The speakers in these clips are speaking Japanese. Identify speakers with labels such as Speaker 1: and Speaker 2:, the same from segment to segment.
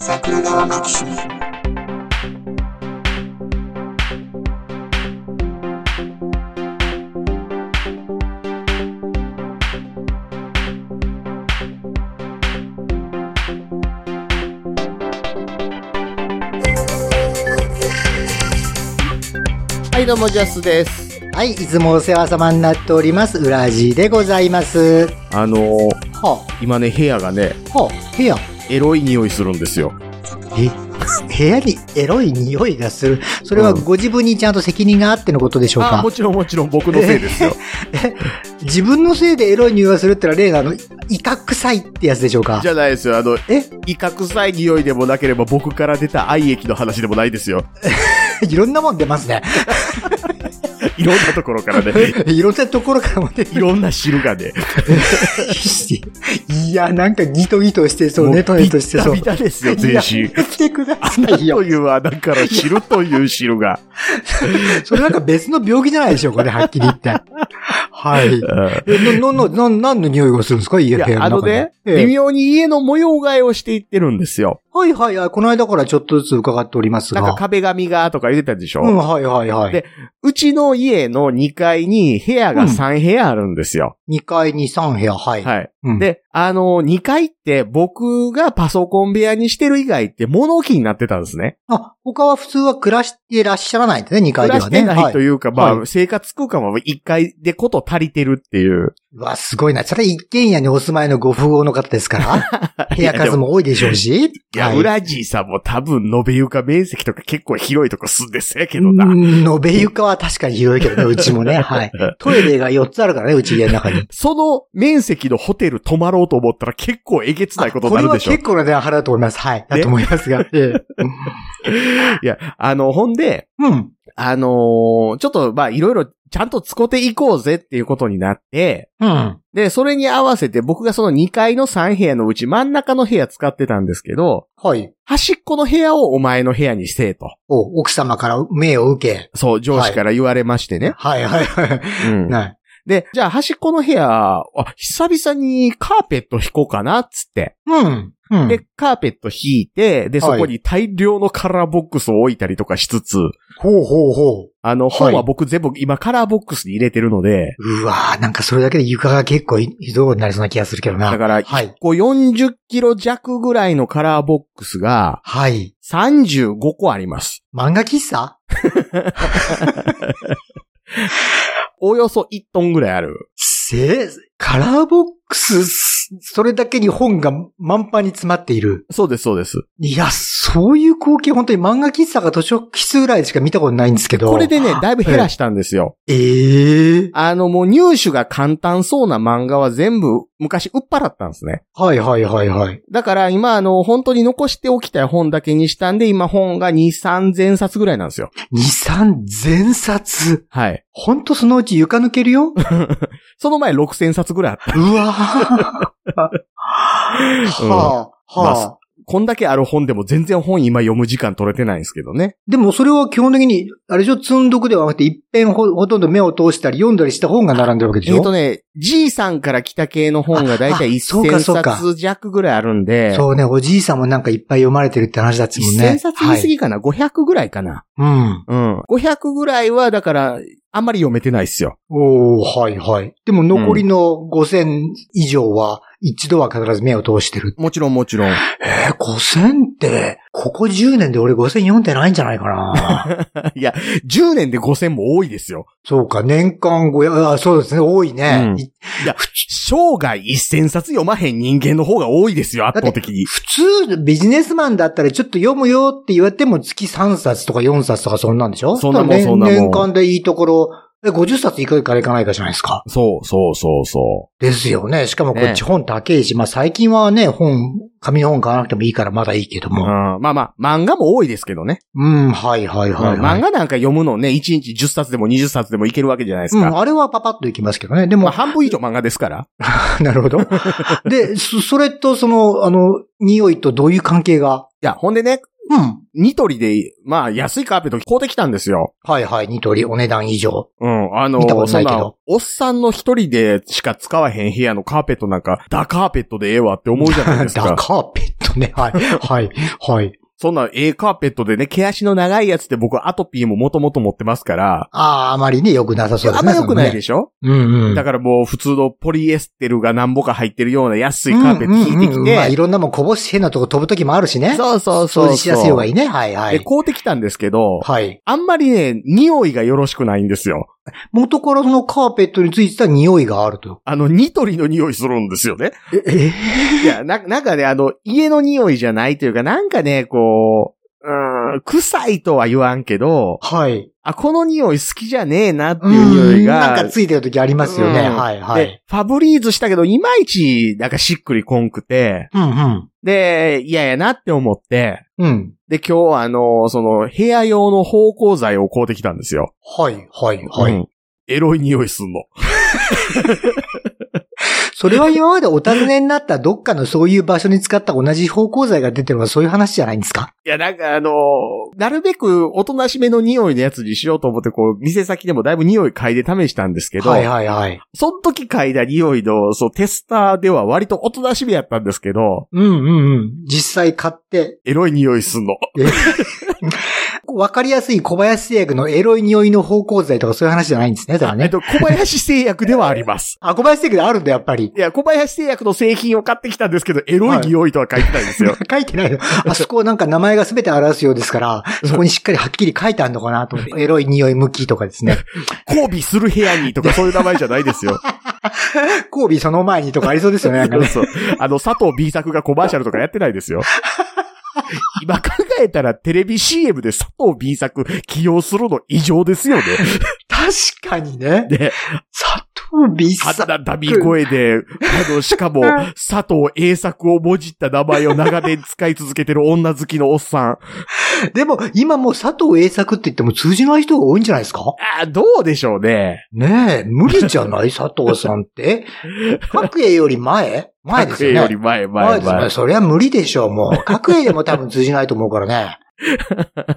Speaker 1: 桜川マキシム
Speaker 2: はい、どうも、ジャスです。
Speaker 3: はい、いつもお世話様になっております、ウラジでございます。
Speaker 2: あのー、
Speaker 3: は
Speaker 2: 今ね、部屋がね、
Speaker 3: あ、はあ、部屋。
Speaker 2: エロい匂いするんですよ。
Speaker 3: え、部屋にエロい匂いがする。それは
Speaker 2: うん
Speaker 3: ご自分にちゃんと責任があってのことでしょう
Speaker 2: あ、
Speaker 3: か
Speaker 2: も。ちろんもちろん僕のせ いですよ。
Speaker 3: 自分のせいでエロい匂いがするってのは例のあの、威嚇臭いってやつでしょうか
Speaker 2: じ。ゃないですよ。あの、
Speaker 3: え、
Speaker 2: 威嚇臭い匂いでもなければ僕から出た愛液の話でもないですよ。
Speaker 3: いろんなもん出ます ね。
Speaker 2: いろんなところからね。
Speaker 3: いろんなところからも出て
Speaker 2: いろんな汁がね。
Speaker 3: るし。いや、なんかギトギトしてそう
Speaker 2: も
Speaker 3: ね、トネとしてそう。
Speaker 2: ビタビタですよ、全
Speaker 3: い
Speaker 2: 身
Speaker 3: や。やめてくださ い
Speaker 2: と
Speaker 3: よ。
Speaker 2: いう穴から汁という汁が。
Speaker 3: それなんか別の病気じゃないでしょうかね、はっきり言 って。はい。
Speaker 2: うん
Speaker 3: え、な、な、な、な、何の匂いがするんですか家、
Speaker 2: い
Speaker 3: 部屋
Speaker 2: や、あ
Speaker 3: の
Speaker 2: の
Speaker 3: 中で
Speaker 2: ね。、
Speaker 3: え
Speaker 2: 微
Speaker 3: え
Speaker 2: 妙に家の模様替えをしていってるんですよ。
Speaker 3: はいはいはい。この間からちょっとずつ伺っております
Speaker 2: な
Speaker 3: が。
Speaker 2: んか壁紙がとか言ってたでしょ、
Speaker 3: うん、はいはいは
Speaker 2: で
Speaker 3: い。
Speaker 2: うちの家の2階に部屋が3部屋あるんですよ。
Speaker 3: 2階に3部屋、はい。
Speaker 2: はい。
Speaker 3: うん、
Speaker 2: で、あの、2階って僕がパソコン部屋にしてる以外って物置になってたんですね。
Speaker 3: あ、他は普通は暮らしてらっしゃらないんですね、2階
Speaker 2: 暮
Speaker 3: で
Speaker 2: ら
Speaker 3: は
Speaker 2: して
Speaker 3: ね。
Speaker 2: ないと
Speaker 3: はい。
Speaker 2: いうか、まあ、
Speaker 3: は
Speaker 2: 生活空間は1階でこと足りてるっていう。
Speaker 3: うわ、すごいな。それは一軒家にお住まいのご富豪の 方ですから。部屋数も多いでしょうし。
Speaker 2: いや、
Speaker 3: は
Speaker 2: ウラジーさんも多分延べ床面積とか結構広いとこ住んでそうやけど
Speaker 3: う
Speaker 2: な。
Speaker 3: ん延べ床は確かに広いけどね、うちもね。 はい。トイレが4つあるからね、うち家の中に。
Speaker 2: その面積のホテル泊まろうと思ったら結構えげつない ことに
Speaker 3: これ
Speaker 2: なる
Speaker 3: は
Speaker 2: でしょ。
Speaker 3: 結構な値段払うと思います。はい。だと思います が。ええ
Speaker 2: いや、あの、ほんで、
Speaker 3: うん。
Speaker 2: あのーちょっと、まあ、いろいろ、ちゃんと使っていこうぜっていうことになって、
Speaker 3: うん。
Speaker 2: で、それに合わせて僕がその2階の3部屋のうち真ん中の部屋使ってたんですけど、
Speaker 3: はい。
Speaker 2: 端っこの部屋をお前の部屋にせえと。
Speaker 3: お、奥様から命を受け。
Speaker 2: そう、上司から言われましてね。
Speaker 3: はいはいはい。
Speaker 2: うん
Speaker 3: な
Speaker 2: で、じゃあ端っこの部屋、あ、久々にカーペット引こうかな、っつって。
Speaker 3: うん。うん。
Speaker 2: で、カーペット引いて、で、
Speaker 3: は
Speaker 2: そ
Speaker 3: い
Speaker 2: こに大量のカラーボックスを置いたりとかしつつ、
Speaker 3: ほうほうほう。
Speaker 2: あの、本
Speaker 3: はい
Speaker 2: は僕全部今カラーボックスに入れてるので、
Speaker 3: うわぁ、なんかそれだけで床が結構ひどいことになりそうな気がするけどな。
Speaker 2: だから、
Speaker 3: はい。
Speaker 2: こう40キロ弱ぐらいのカラーボックスが
Speaker 3: はい。
Speaker 2: 35個あります。
Speaker 3: 漫画喫茶
Speaker 2: およそ1トンぐらいある。
Speaker 3: せカラーボックス、それだけに本が満帆に詰まっている。
Speaker 2: そうです、そうです。
Speaker 3: いや、そういう光景本当に漫画喫茶が図書室ぐらいしか見たことないんですけど。
Speaker 2: これでね、だいぶ減らしたんですよ。
Speaker 3: ええ
Speaker 2: あの、もう入手が簡単そうな漫画は全部昔売っ払ったんですね。
Speaker 3: はいはいはいはい。
Speaker 2: だから今、あの、本当に残しておきたい本だけにしたんで、今本が2、3000冊ぐらいなんですよ。
Speaker 3: 二三全冊。
Speaker 2: はい。
Speaker 3: ほんとそのうち床抜けるよ。
Speaker 2: その前6000冊ぐらいあった。
Speaker 3: うわ ぁ。はあ、
Speaker 2: ま
Speaker 3: は
Speaker 2: あ
Speaker 3: あ。
Speaker 2: こんだけある本でも全然本今読む時間取れてないんですけどね。
Speaker 3: でもそれは基本的に、あれでしょ、積んどくではなくて、一遍ほほとんど目を通したり読んだりした本が並んでるわけでしょ
Speaker 2: えっとね、G さんから来た系の本がだいたい
Speaker 3: ああそうかそう
Speaker 2: 1000
Speaker 3: か
Speaker 2: 冊弱ぐらいあるんで、
Speaker 3: そうね、おじいさんもなんかいっぱい読まれてるって話だったもんね。
Speaker 2: 1000冊言い過ぎかな、?500 ぐらいかな
Speaker 3: はい。
Speaker 2: うん。500ぐらいは、だから、あんまり読めてないっすよ。
Speaker 3: うん。おー、はいはい。でも残りの5000以上は、一度は必ず目を通してる。
Speaker 2: もちろんもちろん。
Speaker 3: えー、5000って、ここ10年で俺5000読んでないんじゃないか な
Speaker 2: いや、10年で5000も多いですよ。
Speaker 3: そうか、年間500、あそうですね、多いね。
Speaker 2: うんいや、生涯1000冊読まへん人間の方が多いですよ、圧倒的に。
Speaker 3: 普通、ビジネスマンだったらちょっと読むよって言われても月3冊とか4冊とかそんなんでしょ
Speaker 2: そんなもん
Speaker 3: だから
Speaker 2: そんなもん
Speaker 3: 年間でいいところ、え、50冊いくかいかないかじゃないですか。
Speaker 2: そう、そう、そう、そ
Speaker 3: ですよね。しかもこ
Speaker 2: ね
Speaker 3: っち本高いし、まあ最近はね、本、紙の本買わなくてもいいからまだいいけど
Speaker 2: う。うん、
Speaker 3: も。
Speaker 2: まあまあ、漫画も多いですけどね。
Speaker 3: うん、はいはいはい、はい。
Speaker 2: 漫画なんか読むのね、1日10冊でも20冊でもいけるわけじゃないです
Speaker 3: う
Speaker 2: か。
Speaker 3: ん、あれはパパッといきますけどね。でも、
Speaker 2: まあ、半分以上漫画ですから。
Speaker 3: なるほど。で、そそれとその、あの、匂いとどういう関係が
Speaker 2: いや、ほんでね、
Speaker 3: うん。
Speaker 2: ニトリで、まあ、安いカーペット買うてきたんですよ。
Speaker 3: はいはい、ニトリ、お値段以上。
Speaker 2: うん、あの、
Speaker 3: 見たことないけど
Speaker 2: そんなおっさんの一人でしか使わへん部屋のカーペットなんか、ダカーペットでええわって思うじゃないですか。
Speaker 3: ダカーペットね。はい。はい。はい。
Speaker 2: そんな、ええカーペットでね、毛足の長いやつって僕アトピーももともと持ってますから、
Speaker 3: ああ、あまりね、良くなさそうで
Speaker 2: あ
Speaker 3: す
Speaker 2: ん
Speaker 3: ね。
Speaker 2: ま良くない
Speaker 3: で
Speaker 2: でしょ、
Speaker 3: うんうん。
Speaker 2: だからもう普通のポリエステルが何ぼか入ってるような安い
Speaker 3: うん
Speaker 2: カーペット引いて
Speaker 3: うんう
Speaker 2: き
Speaker 3: んまあ、い
Speaker 2: て、
Speaker 3: ろんなもんこぼし変なとこ飛ぶときもあるしね。
Speaker 2: そうそう
Speaker 3: 掃
Speaker 2: そうそう。
Speaker 3: 除しやすい方がいいね。はいは
Speaker 2: で、
Speaker 3: い。
Speaker 2: 買うてきたんですけど、
Speaker 3: はい。
Speaker 2: あんまりね、匂いがよろしくないんですよ。
Speaker 3: 元からそのカーペットについてた匂いがあると。
Speaker 2: あの、ニトリの匂いするんですよね。
Speaker 3: え、え
Speaker 2: いや、な、なんかね、あの、家の匂いじゃないというか、なんかね、こう、うーん、臭いとは言わんけど、
Speaker 3: はい。
Speaker 2: あ、この匂い好きじゃねえなって
Speaker 3: う
Speaker 2: いう匂
Speaker 3: ん
Speaker 2: い
Speaker 3: なん
Speaker 2: が
Speaker 3: か、ついてるときありますよね。
Speaker 2: うん
Speaker 3: はいはい
Speaker 2: で。、ファブリーズしたけど、いまいち、なんかしっくりこんくて、
Speaker 3: うんうん。
Speaker 2: で、嫌やなって思って、
Speaker 3: うん。
Speaker 2: で、今日、あの、その、部屋用の芳香剤を買うてきたんですよ。
Speaker 3: はいはいは
Speaker 2: う
Speaker 3: い。
Speaker 2: んエロい匂いすんの。
Speaker 3: それは今までお尋ねになったどっかのそういう場所に使った同じ方向剤が出てるのはそういう話じゃないんですか
Speaker 2: いや、なんかあのーなるべくおとなしめの匂いのやつにしようと思って、こう、店先でもだいぶ匂い嗅いで試したんですけど、
Speaker 3: はいはいはい。
Speaker 2: その時嗅いだ匂いの、そう、テスターでは割とおとなしめやったんですけど、
Speaker 3: うんうんうん。実際買って、
Speaker 2: エロい匂いすんの。
Speaker 3: わかりやすい小林製薬のエロい匂いの方向剤とかそういう話じゃないんですね。だから
Speaker 2: え
Speaker 3: ね。
Speaker 2: っと、小林製薬ではあります。
Speaker 3: あ、小林製薬であるんだ、やっぱり。
Speaker 2: いや、小林製薬の製品を買ってきたんですけど、エロい匂いとは書いてないんですよ。
Speaker 3: 書いて ないの。あそこなんか名前が全て表すようですから、そこにしっかりはっきり書いてあるのかなと思って。エロい匂い向きとかです ね。
Speaker 2: 交尾する部屋にとかそういう名前じゃないですよ。
Speaker 3: 交尾その前にとかありそうですよ ね、なんかね。
Speaker 2: そうあの、佐藤 B 作がコマーシャルとかやってないですよ。今考えたらテレビ CM で佐藤 B 作起用するの異常ですよね。
Speaker 3: 確かにね。
Speaker 2: で、
Speaker 3: 砂糖ビ
Speaker 2: あ
Speaker 3: ス
Speaker 2: ん。なダミー声で、あの、しかも、佐藤 A 作をもじった名前を長年使い続けてる女好きのおっさん。
Speaker 3: でも、今もう佐藤栄作って言っても通じない人が多いんじゃないですか
Speaker 2: あどうでしょうね。
Speaker 3: ねえ、無理じゃ ない佐藤さんって。各栄より前前ですよね。
Speaker 2: 各より前、前、
Speaker 3: 前です
Speaker 2: 前
Speaker 3: ね。。そりゃ無理でしょう、 もう。各栄でも多分通じないと思うからね。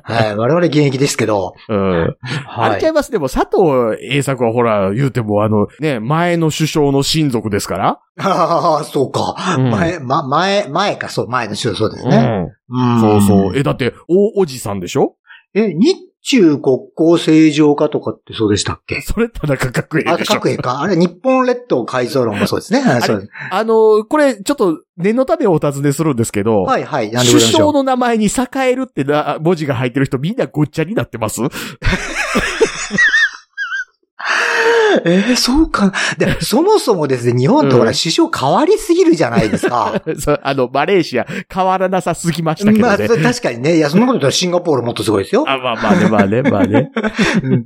Speaker 3: はい、我々現役ですけど。
Speaker 2: うん。あ
Speaker 3: は
Speaker 2: れちゃ
Speaker 3: い。
Speaker 2: います。でも、佐藤 A 作はほら、言うても、あの、ね、前の首相の親族ですから。
Speaker 3: ああ、そうか。
Speaker 2: うん
Speaker 3: 前、ま、前、前か、そう、前の週、そうですね。
Speaker 2: ね。
Speaker 3: うん
Speaker 2: そうそう。。え、だって、大おじさんでしょ
Speaker 3: え、日中国交正常化とかってそうでしたっけ
Speaker 2: それ田中角栄
Speaker 3: あ、
Speaker 2: でしょ
Speaker 3: 各栄か。あれ、日本列島改造論もそうですね。はいそうです
Speaker 2: あの、これ、ちょっと、念のためお尋ねするんですけど、
Speaker 3: はい、はい。なんでご
Speaker 2: 首
Speaker 3: ざいましょ
Speaker 2: 相
Speaker 3: う。
Speaker 2: の名前に栄えるってな、文字が入ってる人みんなごっちゃになってます
Speaker 3: えーそうか。で、そもそもですね、日本ってほら、
Speaker 2: うん
Speaker 3: 首相変わりすぎるじゃないですか。
Speaker 2: そうあの、マレーシア、変わらなさすぎま したけ
Speaker 3: まあ、
Speaker 2: どね。
Speaker 3: それ確かにね。いや、そんなこと言ったらシンガポールもっとすごいですよ。
Speaker 2: あ、まあまあね、まあね、まあ ね。
Speaker 3: うん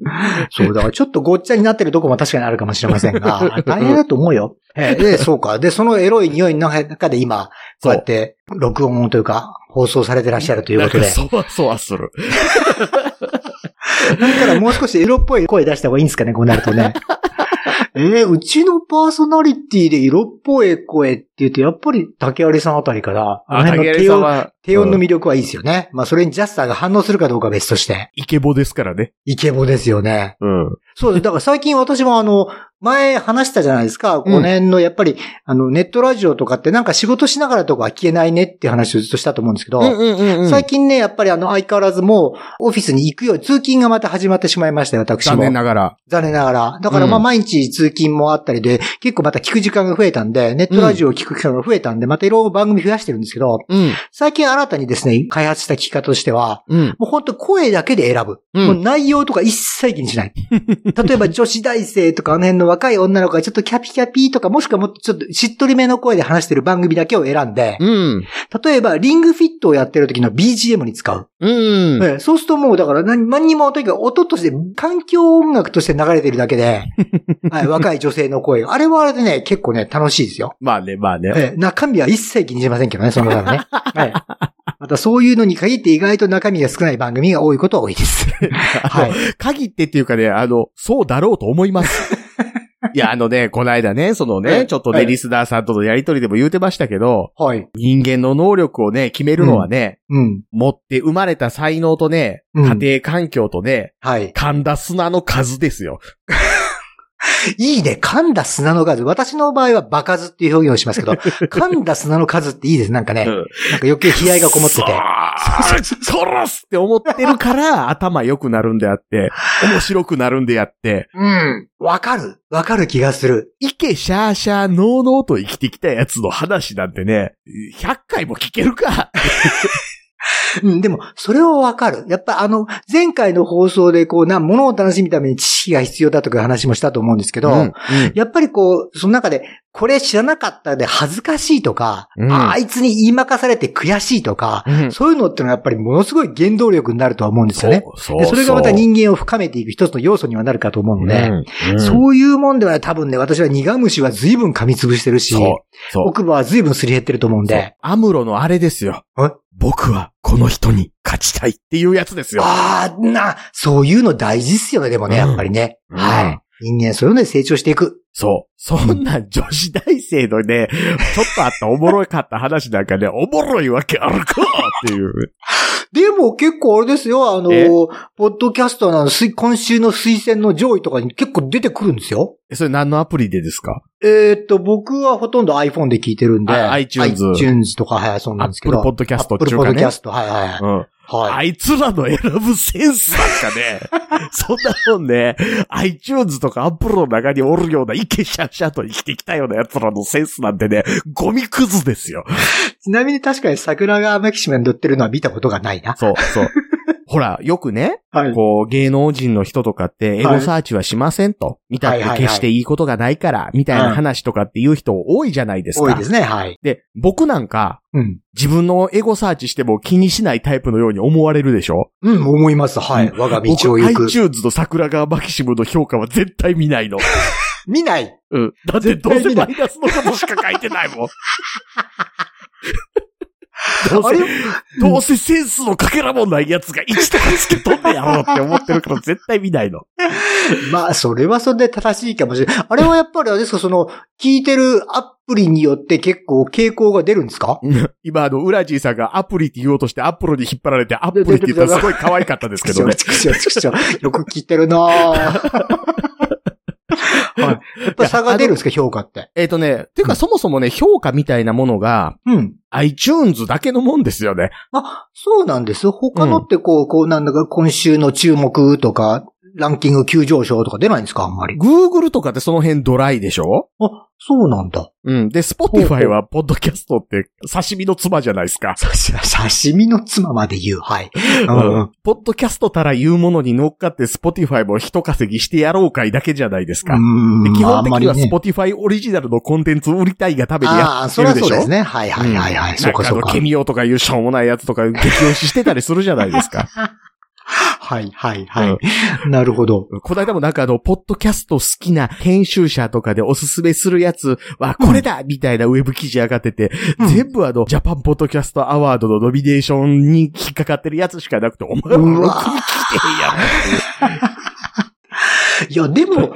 Speaker 3: そう、だからちょっとごっちゃになってるとこも確かにあるかもしれません が、大変だと思うよ。ええ で、そうか。で、そのエロい匂いの中で今、こうやって録音というか、放送されてらっしゃるというこ
Speaker 2: なん
Speaker 3: と
Speaker 2: か、
Speaker 3: で。
Speaker 2: そわそわする。
Speaker 3: だからもう少しエロっぽい声出した方がいいんですかね、こうなると ね。ええうちのパーソナリティで色っぽい声って言うと、やっぱり竹有さんあたりから、あの辺の低音、
Speaker 2: は、
Speaker 3: 低音の魅力はいいですよね。まあ、それにジャスターが反応するかどうかは別として。
Speaker 2: イケボですからね。
Speaker 3: イケボですよね。
Speaker 2: うん。
Speaker 3: そうです。だから最近私もあの、前話したじゃないですか。この辺のやっぱり、あの、ネットラジオとかってなんか仕事しながらとかは消えないねっていう話をずっとしたと思うんですけど、
Speaker 2: うんうんう
Speaker 3: 最近ね、やっぱりあの、相変わらずもう、オフィスに行くよう、通勤がまた始まってしまいましたよ、私も。
Speaker 2: 残念ながら。
Speaker 3: 残念ながら。だからまあ
Speaker 2: うん
Speaker 3: 毎日通勤もあったりで、結構また聞く時間が増えたんで、ネットラジオを聞く機会が増えたんで、またいろいろ番組増やしてるんですけど、
Speaker 2: うん。
Speaker 3: 最近新たにですね、開発した聞き方としては、
Speaker 2: うん。
Speaker 3: もう本当声だけで選ぶ。
Speaker 2: うん
Speaker 3: もう内容とか一切気に しない。例えば女子大生とかあの辺の若い女の子がちょっとキャピキャピとかもしくはもっとちょっとしっとりめの声で話してる番組だけを選んで、
Speaker 2: うん。
Speaker 3: 例えばリングフィットをやってる時の BGM に使う。
Speaker 2: うん。
Speaker 3: ええそうするともうだから何何にもとにかく音として環境音楽として流れてるだけで、 はい、若い女性の声が。あれはあれでね、結構ね、楽しいですよ。
Speaker 2: まあね、ま あね。
Speaker 3: ええ、中身は一切気にしませんけどね、 その方はね。はい。またそういうのに限って意外と中身が少ない番組が多いことは多いです。 はい。
Speaker 2: 限ってっていうかね、あの、そうだろうと思 います。いや、あのね、この間ね、その
Speaker 3: は
Speaker 2: ね、
Speaker 3: い
Speaker 2: ちょっと
Speaker 3: は
Speaker 2: ね、
Speaker 3: い
Speaker 2: リスナーさんとのやりとりでも言うてましたけど、
Speaker 3: はい。
Speaker 2: 人間の能力をね、決めるのはね、
Speaker 3: うん。
Speaker 2: 持って生まれた才能とね、
Speaker 3: うん
Speaker 2: 家庭環境とね、
Speaker 3: はい。
Speaker 2: 噛んだ砂の数ですよ。
Speaker 3: いいね。噛んだ砂の数。私の場合は場数っていう表現をし ますけど、噛んだ砂の数っていいです。なんかね、なんか余計悲哀がこもってて。
Speaker 2: て。殺すって思って るから、頭良くなるんであって、面白くなるんであって、
Speaker 3: うん。わかる。わかる気がする。
Speaker 2: いけシャーシャーノーノーと生きてきたやつの話なんてね、100回も聞けるか。
Speaker 3: うん、でも、それはわかる。やっぱあの、前回の放送でこう、な、ものを楽しむために知識が必要だとかいう話もしたと思うんですけど、
Speaker 2: うん
Speaker 3: やっぱりこう、その中で、これ知らなかったで恥ずかしいとか、
Speaker 2: うん
Speaker 3: ああいつに言いまかされて悔しいとか、
Speaker 2: うん
Speaker 3: そういうのってのはやっぱりものすごい原動力になるとは思うんですよね。
Speaker 2: そ
Speaker 3: でそれがまた人間を深めていく一つの要素にはなるかと思うので、
Speaker 2: うんうん
Speaker 3: そういうもんではね、多分ね、私は苦虫は随分噛み潰してるし、
Speaker 2: そう。そう。
Speaker 3: 奥歯は随分すり減ってると思うん
Speaker 2: そう
Speaker 3: で、
Speaker 2: アムロのあれですよ
Speaker 3: え。
Speaker 2: 僕はこの人に勝ちたいっていうやつですよ。
Speaker 3: ああ、な、そういうの大事っすよね、でもね、
Speaker 2: うん
Speaker 3: やっぱりね。
Speaker 2: うん
Speaker 3: はい。人間、そういうので成長していく。
Speaker 2: そう。そんな女子大生のね、ちょっとあったおもろかった話なんかね、おもろいわけあるかっていう。
Speaker 3: でも結構あれですよ、あの
Speaker 2: え、
Speaker 3: ポッドキャストのすい今週の推薦の上位とかに結構出てくるんですよ。
Speaker 2: えそれ何のアプリでですか
Speaker 3: えーっと、僕はほとんど iPhone で聞いてるんで。
Speaker 2: あ iTunes
Speaker 3: iTunes とか、はい、そうな
Speaker 2: ア
Speaker 3: んで
Speaker 2: ッ
Speaker 3: すけ
Speaker 2: プル
Speaker 3: ど。
Speaker 2: ポッドキャスト
Speaker 3: Apple
Speaker 2: 中華ね。
Speaker 3: Podcast はいはいはい。
Speaker 2: うん。
Speaker 3: は
Speaker 2: あ
Speaker 3: い。
Speaker 2: いつらの選ぶセンスなんかね、 そんなもんね、iTunes とか Apple の中におるようなイケシャシャと生きてきたような奴らのセンスなんてね、ゴミくずですよ。
Speaker 3: ちなみに確かに桜川マキシマに乗ってるのは見たことがないな。
Speaker 2: そう、そう。ほら、よくね、
Speaker 3: はい。
Speaker 2: こう、芸能人の人とかって、エ
Speaker 3: は
Speaker 2: ゴ
Speaker 3: い
Speaker 2: サーチはしませんと。見たっ
Speaker 3: はいはいは
Speaker 2: て
Speaker 3: い
Speaker 2: 決していいことがないから、みたいな話とかっていう人多いじゃないですか。
Speaker 3: 多いですね、はい。
Speaker 2: で、僕なんか、
Speaker 3: うん。
Speaker 2: 自分のエゴサーチしても気にしないタイプのように思われるでしょ
Speaker 3: うん、思います。はい。我が道を行
Speaker 2: 僕
Speaker 3: く。
Speaker 2: iTunes の桜川マキシムの評価は絶対見ないの。
Speaker 3: 見ない。
Speaker 2: うん。だってどうせ
Speaker 3: 絶対見な
Speaker 2: マ
Speaker 3: い
Speaker 2: イナスのことしか書いてないもん。ど う
Speaker 3: あ
Speaker 2: せ
Speaker 3: れ、
Speaker 2: どうせセンスのかけらもないやつが1とかつけとんねやろうって思ってるから絶対見ないの。
Speaker 3: まあ、それはそれで正しいかもしれない。あれはやっぱりあれですか、その、聞いてるアプリによって結構傾向が出るんですか
Speaker 2: 今、あの、ウラジーさんがアプリって言おうとしてアップロに引っ張られてアップリって言ったらすごい可愛かったですけどね。
Speaker 3: ちくしょうちくしょうちくしょうよく聞いてる なぁはい。やっぱ差が出るんですか、評価って。
Speaker 2: えっとね、ていうかそもそもね、評価みたいなものが
Speaker 3: うん。
Speaker 2: iTunes だけのもんですよね。
Speaker 3: あ、そうなんです。他のってこう、こうなんだか、今週の注目とか、ランキング急上昇とか出ないんですか、あんまり。
Speaker 2: Google とかってその辺ドライでしょ
Speaker 3: あ、そうなんだ。
Speaker 2: うん。で、Spotify は、ポッドキャストって、刺身の妻じゃないですか。
Speaker 3: 刺身の妻まで言う。はい。うんうん。
Speaker 2: ポッドキャストたら言うものに乗っかって Spotify も一稼ぎしてやろうかいだけじゃないですか。で基本的には
Speaker 3: スポ
Speaker 2: Spotify オリジナルのコンテンツを売りたいがために
Speaker 3: あ
Speaker 2: や
Speaker 3: あー、
Speaker 2: って
Speaker 3: そ
Speaker 2: る
Speaker 3: りゃ
Speaker 2: で
Speaker 3: そう
Speaker 2: しょ
Speaker 3: ですね。はいはいはいはい。
Speaker 2: ん
Speaker 3: そうか
Speaker 2: なん
Speaker 3: そう
Speaker 2: あの
Speaker 3: か。
Speaker 2: ケミオとかいうしょうもないやつとか激推ししてたりするじゃないですか。
Speaker 3: はいはいはい。なるほど。
Speaker 2: この間もなんかあの、ポッドキャスト好きな編集者とかでおすすめするやつはこれだみたいなウェブ記事上がってて、
Speaker 3: うん
Speaker 2: 全部あの、ジャパンポッドキャストアワードのノミネーションに引っかかってるやつしかなくて、お前は
Speaker 3: う
Speaker 2: ろ
Speaker 3: わ
Speaker 2: くに聞いてへんやろ
Speaker 3: いや、でも、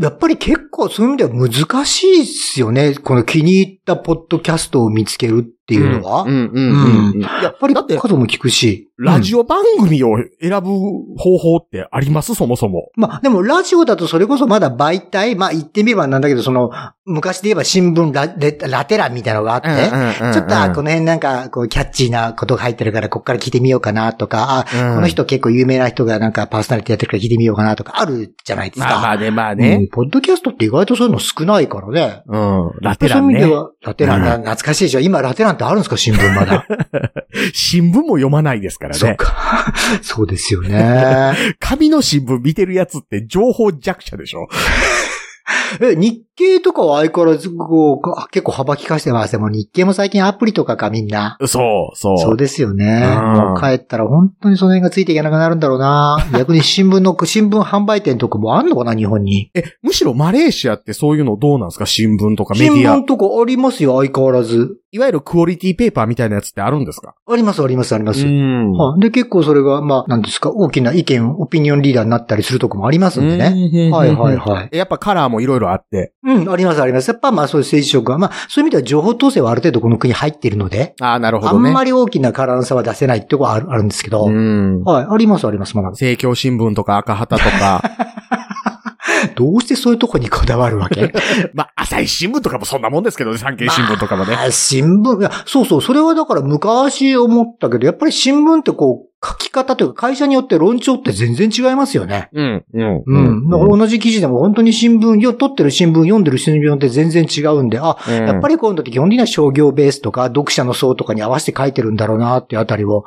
Speaker 3: やっぱり結構そういう意味では難しいっすよね。この気に入ったポッドキャストを見つけるっていうのは。
Speaker 2: んうん
Speaker 3: うん
Speaker 2: うん。や
Speaker 3: やっぱり
Speaker 2: だって
Speaker 3: 数も聞くし。
Speaker 2: ラジ
Speaker 3: オ、
Speaker 2: オ番組を選ぶ方法ってありますそもそも。
Speaker 3: まあでもラジオだとそれこそまだ媒体、まあ言ってみればなんだけど、その昔で言えば新聞ラでラテラみたいなのがあって、ちょっと、あこの辺なんか、こう、キャッチーなことが入ってるから、こっから聞いてみようかなとか、あ、
Speaker 2: うん
Speaker 3: この人結構有名な人がなんかパーソナリティやってるから聞いてみようかなとか、あるじゃないですか。
Speaker 2: まあまあね、まあ
Speaker 3: うん
Speaker 2: ね。
Speaker 3: ポッドキャストって意外とそういうの少ないからね。
Speaker 2: うん。ラテラ
Speaker 3: そう
Speaker 2: ン
Speaker 3: いう意味
Speaker 2: ね
Speaker 3: で。は、ラテランな、
Speaker 2: う
Speaker 3: 懐かしいでしょ。今、ラテランってあるんですか新聞まだ。
Speaker 2: 新聞も読まないですから
Speaker 3: そっ
Speaker 2: ね。
Speaker 3: か。 そうですよね。
Speaker 2: 紙の新聞見てるやつって情報弱者でしょ
Speaker 3: え、日経とかは相変わらず、こう、結構幅利かしてますね。もう日経も最近アプリとかか、みんな。
Speaker 2: そう、そう。
Speaker 3: そうですよね。
Speaker 2: うん
Speaker 3: もう帰ったら本当にその辺がついていけなくなるんだろう な。逆に新聞の、新聞販売店とかもあんのかな、日本に。
Speaker 2: え、むしろマレーシアってそういうのどうなんですか新聞とかメデ
Speaker 3: 新
Speaker 2: ィア
Speaker 3: 聞。とかありますよ、相変わらず。
Speaker 2: いわゆるクオリティペーパーみたいなやつってあるんですか
Speaker 3: あります、あります、あります。
Speaker 2: ん
Speaker 3: はいで、結構それが、まあ、なんですか、大きな意見、オピニオンリーダーになったりするとこもありますんでね。
Speaker 2: ね
Speaker 3: はいはいはい。
Speaker 2: い。やっぱカラーもいろいろあって。
Speaker 3: うん、ありますあります。やっぱまあそういう政治色が、まあそういう意味では情報統制はある程度この国入っているので、
Speaker 2: ああ、なるほ
Speaker 3: あ
Speaker 2: ど
Speaker 3: ん
Speaker 2: ね。
Speaker 3: まり大きなカラーの差は出せないってとこはあるあるんですけど、
Speaker 2: うん。
Speaker 3: はい、ありますあります、まだ。
Speaker 2: 政教新聞とか赤旗とか。
Speaker 3: どうしてそういうとこにこだわるわけ
Speaker 2: まあ、朝日新聞とかもそんなもんですけどね、産経新聞とかもね。
Speaker 3: あ 新聞、いや、そうそう、それはだから昔思ったけど、やっぱり新聞ってこう、書き方というか会社によって論調って全然違いますよね。
Speaker 2: うん、うん、
Speaker 3: うん。だから同じ記事でも本当に新聞、よ、撮ってる新聞、読んでる新聞って全然違うんで、あ、
Speaker 2: うん
Speaker 3: やっぱり今度って基本的には商業ベースとか読者の層とかに合わせて書いてるんだろうなっていうあたりを、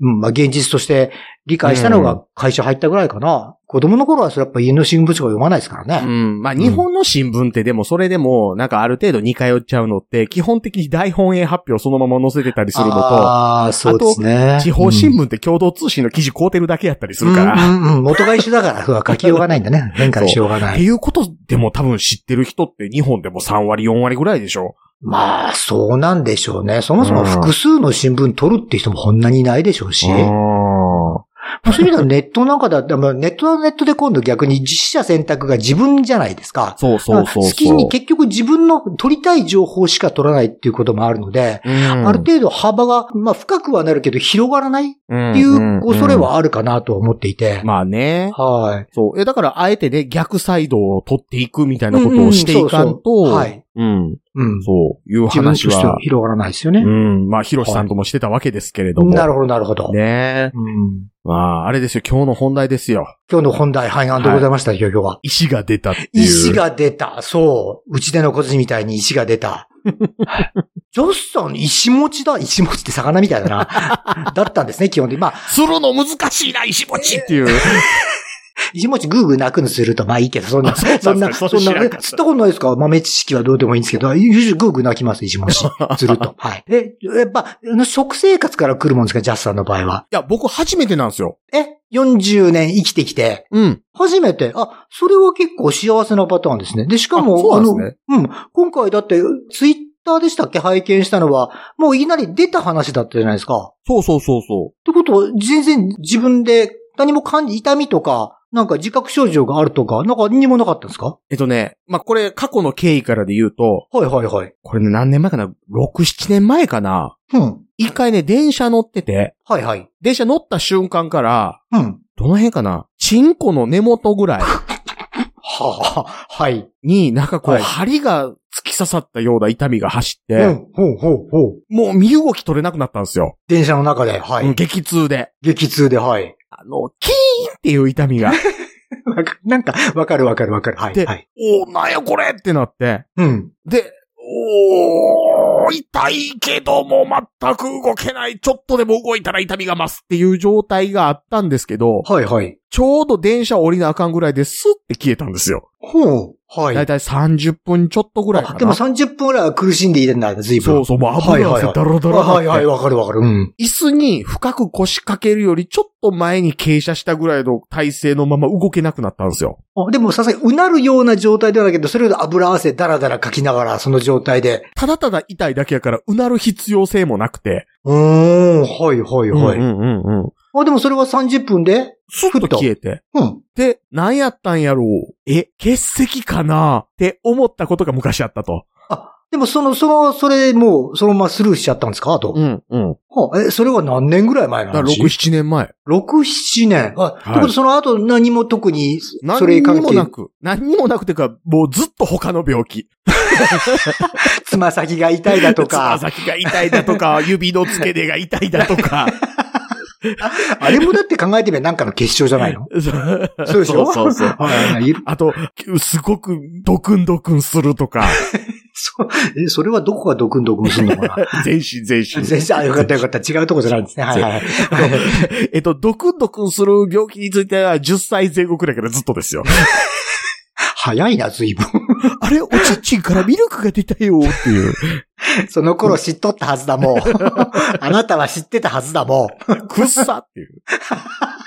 Speaker 3: うん、まあ現実として理解したのが会社入ったぐらいかな。子供の頃はそれやっぱ家の新聞しか読まないですから
Speaker 2: う
Speaker 3: ね。
Speaker 2: ん。まあ、日本の新聞ってでも、それでも、なんかある程度似通っちゃうのって、基本的に大本営発表そのまま載せてたりするのと、
Speaker 3: ああ、そうですね。
Speaker 2: 地方新聞って共同通信の記事買うてるだけやったりするから、
Speaker 3: うんうんうん、元が一緒だから、 そう書きようがないん だね。変化のしようがな
Speaker 2: って
Speaker 3: い。
Speaker 2: いうことでも多分知ってる人って日本でも3割、4割ぐらいでしょ
Speaker 3: まあ、そうなんでしょうね。そもそも複数の新聞取るって人もこんなにいないでしょうし。まあそういう意味ではネットなんかだって、まあネットはネットで今度逆に実写選択が自分じゃないですか。
Speaker 2: そうそうそうそう。
Speaker 3: 好きに結局自分の取りたい情報しか取らないっていうこともあるので、
Speaker 2: うん
Speaker 3: ある程度幅が、まあ深くはなるけど広がらないっていう恐れ。
Speaker 2: んんん
Speaker 3: はあるかなとは思っていて。
Speaker 2: まあね。
Speaker 3: はい。
Speaker 2: そう。え、だから、あえてね、逆サイドを取っていくみたいなことをしていかんと、
Speaker 3: うんうんそうそうはい
Speaker 2: うん。
Speaker 3: うん。
Speaker 2: そういう
Speaker 3: 自分とし
Speaker 2: 話
Speaker 3: ては
Speaker 2: は、
Speaker 3: 広がらないですよ
Speaker 2: う
Speaker 3: ね。
Speaker 2: ん。まあ、ヒロシさんともしてたわけですけれども。
Speaker 3: なるほど、なるほど。
Speaker 2: ねえ。
Speaker 3: うん
Speaker 2: まあ、あれですよ、今日の本題ですよ。
Speaker 3: 今日の本題、はい、なんでございました、今日は。
Speaker 2: 石が出たっていう。
Speaker 3: 石。が出た。そう。うちでの小槌みたいに石が出た。ジョスさん、石持ちだ。石持ちって魚みたいだ な。だったんですね、基本的に。まあ、
Speaker 2: するの難しいな、石持ちっていう。
Speaker 3: 石持ちグーグー泣くのすると、まあいいけど、そんな、
Speaker 2: あそうなんです
Speaker 3: そ
Speaker 2: か
Speaker 3: んな、そ
Speaker 2: そんな
Speaker 3: な、
Speaker 2: ん知ら
Speaker 3: え
Speaker 2: なかった
Speaker 3: 知ったことないですか豆知識はどうでもいいんですけど、ゆじグーグー泣きます、石持ち。すると。 はい。え、やっぱ、あの食生活から来るもんですか、ジャスさんの場合は。
Speaker 2: いや、僕初めてなんですよ。
Speaker 3: え、40年生きてきて、
Speaker 2: うん。
Speaker 3: 初めて、あ、それは結構幸せなパターンですね。で、しかも、
Speaker 2: あそうなんです
Speaker 3: あの、うん、今回だって、ツイッターでしたっけ拝見したのは、もういきなり出た話だったじゃないですか。
Speaker 2: そうそうそう
Speaker 3: っ
Speaker 2: そ
Speaker 3: てことは、全然自分で何も感じ、痛みとか、なんか自覚症状があるとか、なんか何にもなかったんですか
Speaker 2: う。えっとね、まあ、これ、過去の経緯からで言うと、
Speaker 3: はいはいはい。
Speaker 2: これね、何年前かな ?6、7年前かな
Speaker 3: うん。
Speaker 2: 一回ね、電車乗ってて、
Speaker 3: はいはい。
Speaker 2: 電車乗った瞬間から、
Speaker 3: うん。
Speaker 2: どの辺かなチンコの根元ぐらい
Speaker 3: はあ、はい。
Speaker 2: になんかこう、
Speaker 3: はい
Speaker 2: 針が突き刺さったような痛みが走っ
Speaker 3: う
Speaker 2: て、
Speaker 3: ん、ほうほうほう。
Speaker 2: もう身動き取れなくなったんですよ。
Speaker 3: 電車の中で、は
Speaker 2: うん
Speaker 3: い。
Speaker 2: 激痛で。
Speaker 3: 激痛で、はい。
Speaker 2: あの、キーンっていう痛 みが、
Speaker 3: わかなんか、わかるわかるわかる。は
Speaker 2: で
Speaker 3: い。はい。
Speaker 2: おー、なんやこれってなって、
Speaker 3: うん。
Speaker 2: で、おー、痛いけども全く動けない、ちょっとでも動いたら痛みが増すっていう状態があったんですけど、
Speaker 3: はいはい。
Speaker 2: ちょうど電車降りなあかんぐらいですって消えたんですよ。
Speaker 3: ほう。はい。
Speaker 2: だいたい30分ちょっとぐらいかな。
Speaker 3: でも30分ぐらいは苦しんでいるんだ、随分。
Speaker 2: そうそう、もう
Speaker 3: は
Speaker 2: 油
Speaker 3: いはい
Speaker 2: 汗
Speaker 3: はい
Speaker 2: だらだらだって。
Speaker 3: はいはい、わかるわかる。うん。
Speaker 2: 椅子に深く腰掛けるよりちょっと前に傾斜したぐらいの体勢のまま動けなくなったんですよ。
Speaker 3: あでもさすがにうなるような状態ではないけど、それより油汗だらだらかきながら、その状態で。
Speaker 2: ただただ痛いだけやから、うなる必要性もなくて。
Speaker 3: うーん、はいはいはい。
Speaker 2: うんうんうんうん。
Speaker 3: あ、でもそれは30分で
Speaker 2: スッと消えて。
Speaker 3: うん。
Speaker 2: で、何やったんやろうえ、欠席かなって思ったことが昔あったと。
Speaker 3: あ、でもその、その、それもう、そのままスルーしちゃったんですかあと。
Speaker 2: んうん。
Speaker 3: はあえ、それは何年ぐらい前な
Speaker 2: だ
Speaker 3: の
Speaker 2: から6、7年前。
Speaker 3: 6、7年。あ、ってこと
Speaker 2: はい
Speaker 3: はその後何も特に、そ
Speaker 2: 何に
Speaker 3: れ関
Speaker 2: もな
Speaker 3: 係、
Speaker 2: く。何にもなくてか、もうずっと他の病気。
Speaker 3: つま先が痛いだと
Speaker 2: つま
Speaker 3: か。
Speaker 2: 先が痛いだとか、指の付け根が痛いだとか。
Speaker 3: あれもだって考えてみればなんかの結晶じゃないのそうでしょ
Speaker 2: そうそうそう。
Speaker 3: はいはい。いる
Speaker 2: あと、すごくドクンドクンするとか、
Speaker 3: そう、え、それはどこがドクンドクンするのか な
Speaker 2: 全身全身。
Speaker 3: 全然、あ、よかったよかった。違うとこじゃないんですね。はいはいはい。
Speaker 2: えっと、ドクンドクンする病気については10歳前後くらいからずっとですよ。
Speaker 3: 早いな、随分。
Speaker 2: あれ、おちんちんからミルクが出たよっていう。
Speaker 3: その頃知っとったはずだもん。あなたは知ってたはずだもん。
Speaker 2: くっさっていう。ね、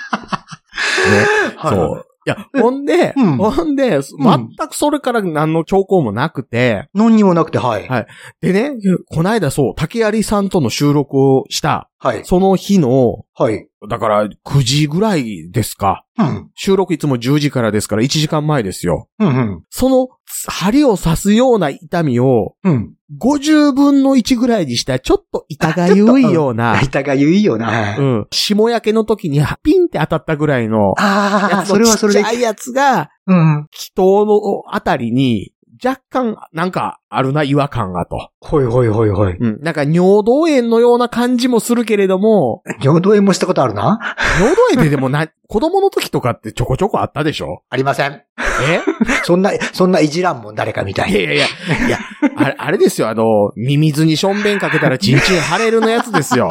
Speaker 3: はい
Speaker 2: そう。いや、ほんで、
Speaker 3: うん
Speaker 2: ほんで、全くそれから何の兆候もなくて、
Speaker 3: 何にもなくて、はい。
Speaker 2: はいでね、こないだそう、竹有さんとの収録をした、
Speaker 3: はい。
Speaker 2: その日の、
Speaker 3: はい。
Speaker 2: だから9時ぐらいですか。
Speaker 3: うん。
Speaker 2: 収録いつも10時からですから1時間前ですよ。
Speaker 3: うんうん。
Speaker 2: その針を刺すような痛みを
Speaker 3: うん。
Speaker 2: 50分の1ぐらいにしたちょっと痛がゆいような、
Speaker 3: 痛がゆいよな。はい
Speaker 2: うん、霜焼けの時にピンって当たったぐらいの、
Speaker 3: あ
Speaker 2: や
Speaker 3: あ、
Speaker 2: つ
Speaker 3: それはそれ
Speaker 2: ち
Speaker 3: で
Speaker 2: っち。ゃいやつが
Speaker 3: うん。
Speaker 2: 祈祷のあたりに、若干、なんか、あるな、違和感がと。
Speaker 3: ほいほいほいほい。
Speaker 2: うん。なんか、尿道炎のような感じもするけれど も、
Speaker 3: 尿道炎もしたことあるな
Speaker 2: 尿道炎ってでもな、子供の時とかってちょこちょこあったでしょ
Speaker 3: ありません。
Speaker 2: え
Speaker 3: そんな、そんないじらんもん、誰かみたい
Speaker 2: いや
Speaker 3: に。
Speaker 2: いやいや、いや、あれ、あれですよ、あの、ミミズにしょんべんかけたらチンチン腫れるのやつで すよ。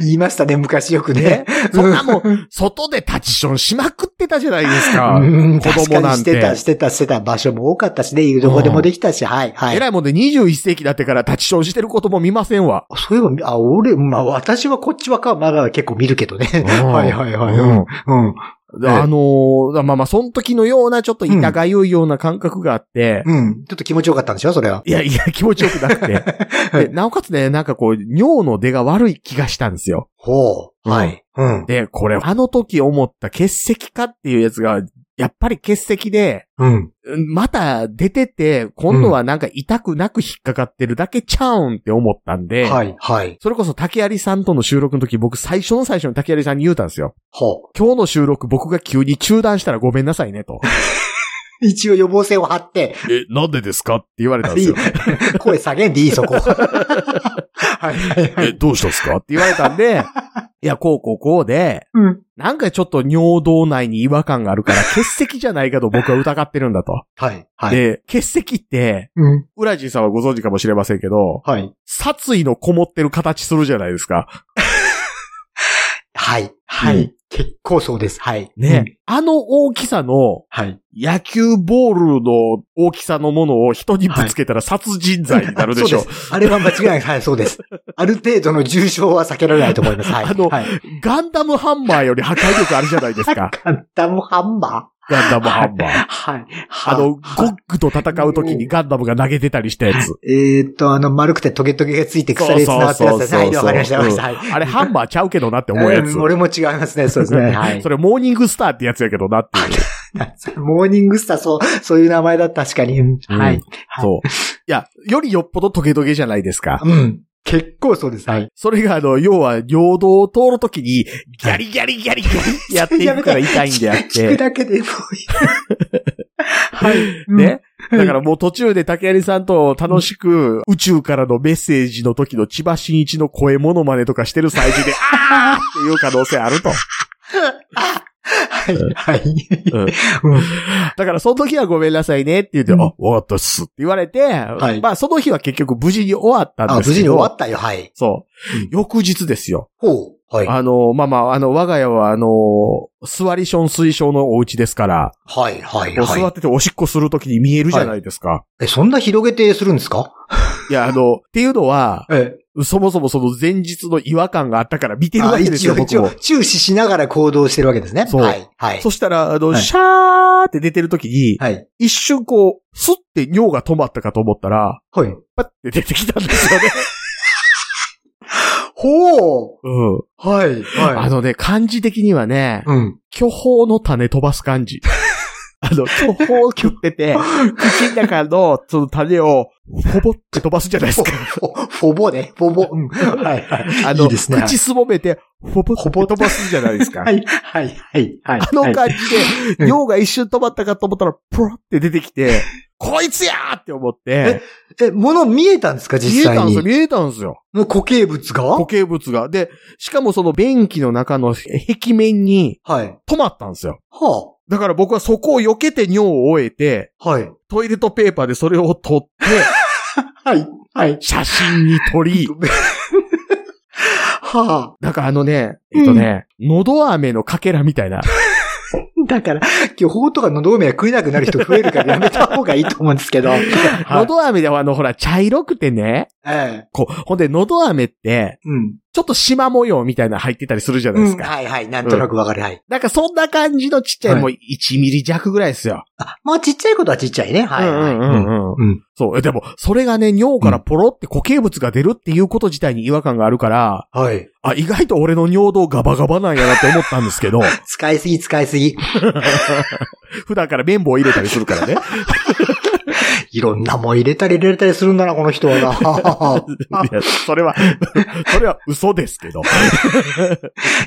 Speaker 3: 言いましたね、昔よくね。
Speaker 2: そんなもん、外でタチションしまくってたじゃないですか。
Speaker 3: うん
Speaker 2: 子供
Speaker 3: 確か
Speaker 2: な
Speaker 3: に
Speaker 2: ん
Speaker 3: しててた、してた、してた場所も多かったしね、どこでもできたし、はい、はい
Speaker 2: え。らいもんで21世紀だってからタチションしてることも見ませんわ。
Speaker 3: そういえば、あ、俺、まあ私はこっちはか、まだ結構見るけどね。はいはいはい。うん。うん。
Speaker 2: であのーまあまあ、その時のようなちょっと痛がゆいような感覚があって、
Speaker 3: うん。ちょっと気持ちよかったんでしょそれは。
Speaker 2: いやいや、気持ちよくなくて、
Speaker 3: はい
Speaker 2: で。なおかつね、なんかこう、尿の出が悪い気がしたんですよ。
Speaker 3: ほう。はい。うん。
Speaker 2: で、これ、あの時思った血石かっていうやつが、やっぱり血石で、
Speaker 3: うん。
Speaker 2: うんまた出てて、今度はなんか痛くなく引っかかってるだけちゃうんって思ったんで、
Speaker 3: はい、はい。
Speaker 2: それこそ竹有さんとの収録の時僕最初の最初に竹有さんに言うたんですよ。
Speaker 3: ほ
Speaker 2: 今日の収録僕が急に中断したらごめんなさいねと。
Speaker 3: う。 一応予防線を張って、
Speaker 2: え、なんでですかって言われたんで
Speaker 3: い
Speaker 2: す
Speaker 3: い
Speaker 2: よ。。
Speaker 3: 声下げんでいい、そこ。はい、はい、は
Speaker 2: え、
Speaker 3: い。
Speaker 2: どうしたんですかって言われたんで、いや、こうこうこうで、
Speaker 3: うん。
Speaker 2: なんかちょっと尿道内に違和感があるから、血石じゃないかと僕は疑ってるんだと。
Speaker 3: はい、はい。
Speaker 2: で、血石って、
Speaker 3: うん。
Speaker 2: ウラジンさんはご存知かもしれませんけど、
Speaker 3: はい。
Speaker 2: 殺意のこもってる形するじゃないですか。
Speaker 3: はい、は
Speaker 2: う
Speaker 3: い。結構そうです。はい。
Speaker 2: ね、
Speaker 3: うん。
Speaker 2: あの大きさの
Speaker 3: はい。
Speaker 2: 野球ボールの大きさのものを人にぶつけたら殺人罪になるでし ょ。
Speaker 3: そうすあれは間違いない。はい、そうです。ある程度の重傷は避けられないと思います。はい。
Speaker 2: あの
Speaker 3: はい、
Speaker 2: ガンダムハンマーより破壊力あるじゃないですか。
Speaker 3: ガンダムハンマ
Speaker 2: ガンダムハンマ
Speaker 3: ー
Speaker 2: ー。
Speaker 3: はい。は
Speaker 2: あの、ゴックと戦う時にガンダムが投げてたりしたやつ。
Speaker 3: えーっと、あの、丸くてトゲトゲがついて鎖で繋がってるやつですね。は
Speaker 2: そう
Speaker 3: い、
Speaker 2: そうそうそ
Speaker 3: わ
Speaker 2: う
Speaker 3: かりました、わかりました。
Speaker 2: う
Speaker 3: はい。
Speaker 2: あれハンマーちゃうけどなって思うやつ
Speaker 3: うん。俺も違いますね、そうです ね。はい
Speaker 2: そ。れモーニングスターってやつやけどなっていう。
Speaker 3: モーニングスター、そう、 そういう名前だった、確かに。うん
Speaker 2: うん
Speaker 3: はい。
Speaker 2: そう。いや、よりよっぽどトゲトゲじゃないですか。
Speaker 3: うん。結構そうです。はい。
Speaker 2: それがあの、要は、領土を通るときに、ギャリギャリギャリギャリってやっていくから痛いんであっ
Speaker 3: 聞 く
Speaker 2: て。
Speaker 3: だけ でもういい。はい。うん
Speaker 2: ね。だからもう途中で竹谷さんと楽しく宇宙からのメッセージの時の千葉真一の声モノマネとかしてる最中で、あーっていう可能性あると。
Speaker 3: はい。はい。
Speaker 2: うん
Speaker 3: うん
Speaker 2: だからその時はごめんなさいねって言って、
Speaker 3: うん
Speaker 2: あ、わかったっすって言われて、
Speaker 3: い
Speaker 2: まあその日は結局無事に終わった
Speaker 3: あ、
Speaker 2: ん
Speaker 3: 無
Speaker 2: です
Speaker 3: 事
Speaker 2: け
Speaker 3: に終
Speaker 2: ど。
Speaker 3: わったよ、はい。
Speaker 2: そう
Speaker 3: うん。
Speaker 2: 翌日ですよ。
Speaker 3: ほう。はい。
Speaker 2: あの、まあまあ、あの、我が家はあの、座りション推奨のお家ですから、
Speaker 3: はい、はい、
Speaker 2: こう座
Speaker 3: は
Speaker 2: ってておしっこするときに見えるじゃないですか。
Speaker 3: い。え、そんな広げてするんですか
Speaker 2: い、や、あの、っていうのは、
Speaker 3: え
Speaker 2: そもそもその前日の違和感があったから見て
Speaker 3: え。
Speaker 2: るわ
Speaker 3: あ
Speaker 2: けです
Speaker 3: 一
Speaker 2: よ、
Speaker 3: 応、
Speaker 2: 僕
Speaker 3: 一
Speaker 2: も
Speaker 3: 応、。注視しながら行動してるわけですね。
Speaker 2: そう
Speaker 3: はい、はい。
Speaker 2: そしたら、あの、
Speaker 3: はい
Speaker 2: シャーって出てるときに、
Speaker 3: はい。
Speaker 2: 一瞬こう、スッて尿が止まったかと思ったら、
Speaker 3: はい。
Speaker 2: パッて出てきたんで すよね。
Speaker 3: ほう。
Speaker 2: うん。
Speaker 3: はい、
Speaker 2: あ
Speaker 3: は
Speaker 2: のね、漢字的にはね
Speaker 3: い。、うん。
Speaker 2: 巨峰の種飛ばす 感じ。あの、巨峰を食ってて、口の中のその種を、ほぼって飛ばすじゃないです
Speaker 3: フ
Speaker 2: か。
Speaker 3: ォフォフォボね。フォボ。 うん。はい はい。
Speaker 2: あの、
Speaker 3: いいですね
Speaker 2: 口すぼめて、ほぼって飛ばすじゃないですか。
Speaker 3: はいはいはいはい。
Speaker 2: あの
Speaker 3: はい
Speaker 2: 感じ
Speaker 3: う
Speaker 2: で、
Speaker 3: ん
Speaker 2: 尿が一瞬止まったかと思ったら、プロって出てきて、こいつやーって思って、
Speaker 3: え、物見えたんですか
Speaker 2: 見え
Speaker 3: 実際
Speaker 2: たん
Speaker 3: に。
Speaker 2: ですよ、見えたんですよ。
Speaker 3: の固形物が
Speaker 2: 固形物が。で、しかもその便器の中の壁面に
Speaker 3: はい。
Speaker 2: 止まったんですよ。
Speaker 3: は
Speaker 2: だから僕はそこを避けて尿を終えて、
Speaker 3: あ。はい。
Speaker 2: トイレットペーパーでそれを取 って、
Speaker 3: はい。はい。
Speaker 2: 写真に撮 り、
Speaker 3: はあ。
Speaker 2: なんかあのね、えっとね、喉飴のかけらみたいな。
Speaker 3: だから、巨峰とかのどめは食えなくなる人増えるからやめた方がいいと思うんですけど。 はい。
Speaker 2: 喉飴ではあの、ほら、茶色くてね、
Speaker 3: ええ。
Speaker 2: こう、ほんで喉飴って、
Speaker 3: うん。
Speaker 2: ちょっと縞模様みたいなの入ってたりするじゃないで
Speaker 3: う
Speaker 2: す
Speaker 3: ん。
Speaker 2: か。
Speaker 3: はいはい。なんとなくわかる。はい。
Speaker 2: なんかそんな感じのちっちゃい、
Speaker 3: はい
Speaker 2: もう1ミリ弱ぐらいですよ。
Speaker 3: あ、まあちっちゃいことはちっちゃいね。はいはい。
Speaker 2: うんうんうんうん
Speaker 3: うん。
Speaker 2: そう。えでも、それがね、尿からポロって固形物が出るっていうこと自体に違和感があるから、
Speaker 3: はい。
Speaker 2: あ、意外と俺の尿道ガバガバなんやなって思ったんです けど、
Speaker 3: 使いすぎ使いすぎ。
Speaker 2: 普段から綿棒入れたりするからね。
Speaker 3: いろんなもん入れたり入れたりするんだな、この人はな。
Speaker 2: いや、それは、それは嘘ですけど。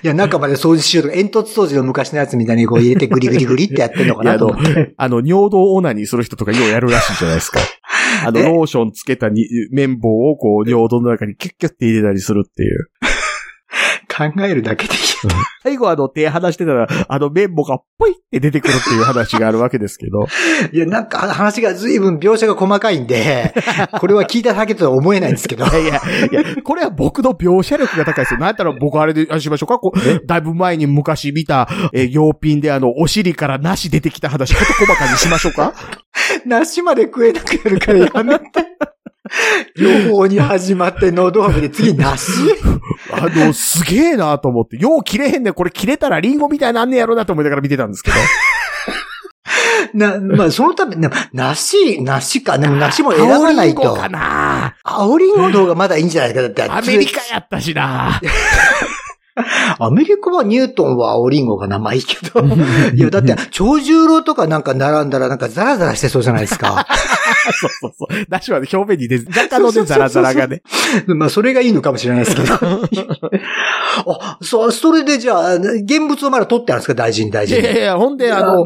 Speaker 3: いや、中まで掃除しようとか、煙突掃除の昔のやつみたいにこう入れてグリグリグリってやってんのか
Speaker 2: いや
Speaker 3: な
Speaker 2: あ
Speaker 3: と
Speaker 2: の
Speaker 3: 思って。
Speaker 2: あの、尿道オナニーする人とかようやるらしいじゃないです か。あの、
Speaker 3: え
Speaker 2: ローションつけたに綿棒をこう、尿道の中にキュッキュッって入れたりするっていう。
Speaker 3: 考えるだけでいい。
Speaker 2: 最後あの、手離してたら、あの綿棒がポイって出てくるっていう話があるわけですけど。
Speaker 3: いや、なんか話が随分描写が細かいん で、これは聞いただけとは思えないんですけど。
Speaker 2: いや いや、いや、これは僕の描写力が高いですよ。なんやったら僕あれで、あしましょうかこう、だいぶ前に昔見た、えー、用品であの、お尻からなし出てきた話、こと細かにしましょうか
Speaker 3: 梨まで食えなくなるからや めて。予報に始まって喉飴で次梨
Speaker 2: あの、すげえなと思って、よう切れへんねんこれ切れたらリンゴみたいになんねやろなと思いながら見てたんですけど。
Speaker 3: な、まあ、そのため、な梨、梨か。でも梨 も選ばない
Speaker 2: 青リンゴ
Speaker 3: と。
Speaker 2: かな
Speaker 3: 青りんごの方がまだいいんじゃないか。だって、
Speaker 2: アメリカやったしな
Speaker 3: アメリカはニュートンは青りんごが生いいけど。いや、だって、長十郎とかなんか並んだらなんかザラザラしてそうじゃないですか。
Speaker 2: そうそうそう。だしはね、表面に出ず、若干のね、ザラザラがね。
Speaker 3: まあ、それがいいのかもしれないですけ ど。あ、そう、それでじゃあ、現物をまだ取ってあるんですか大事に大
Speaker 2: い
Speaker 3: 事
Speaker 2: やいやい
Speaker 3: に。
Speaker 2: や、ほんで、あの
Speaker 3: うん、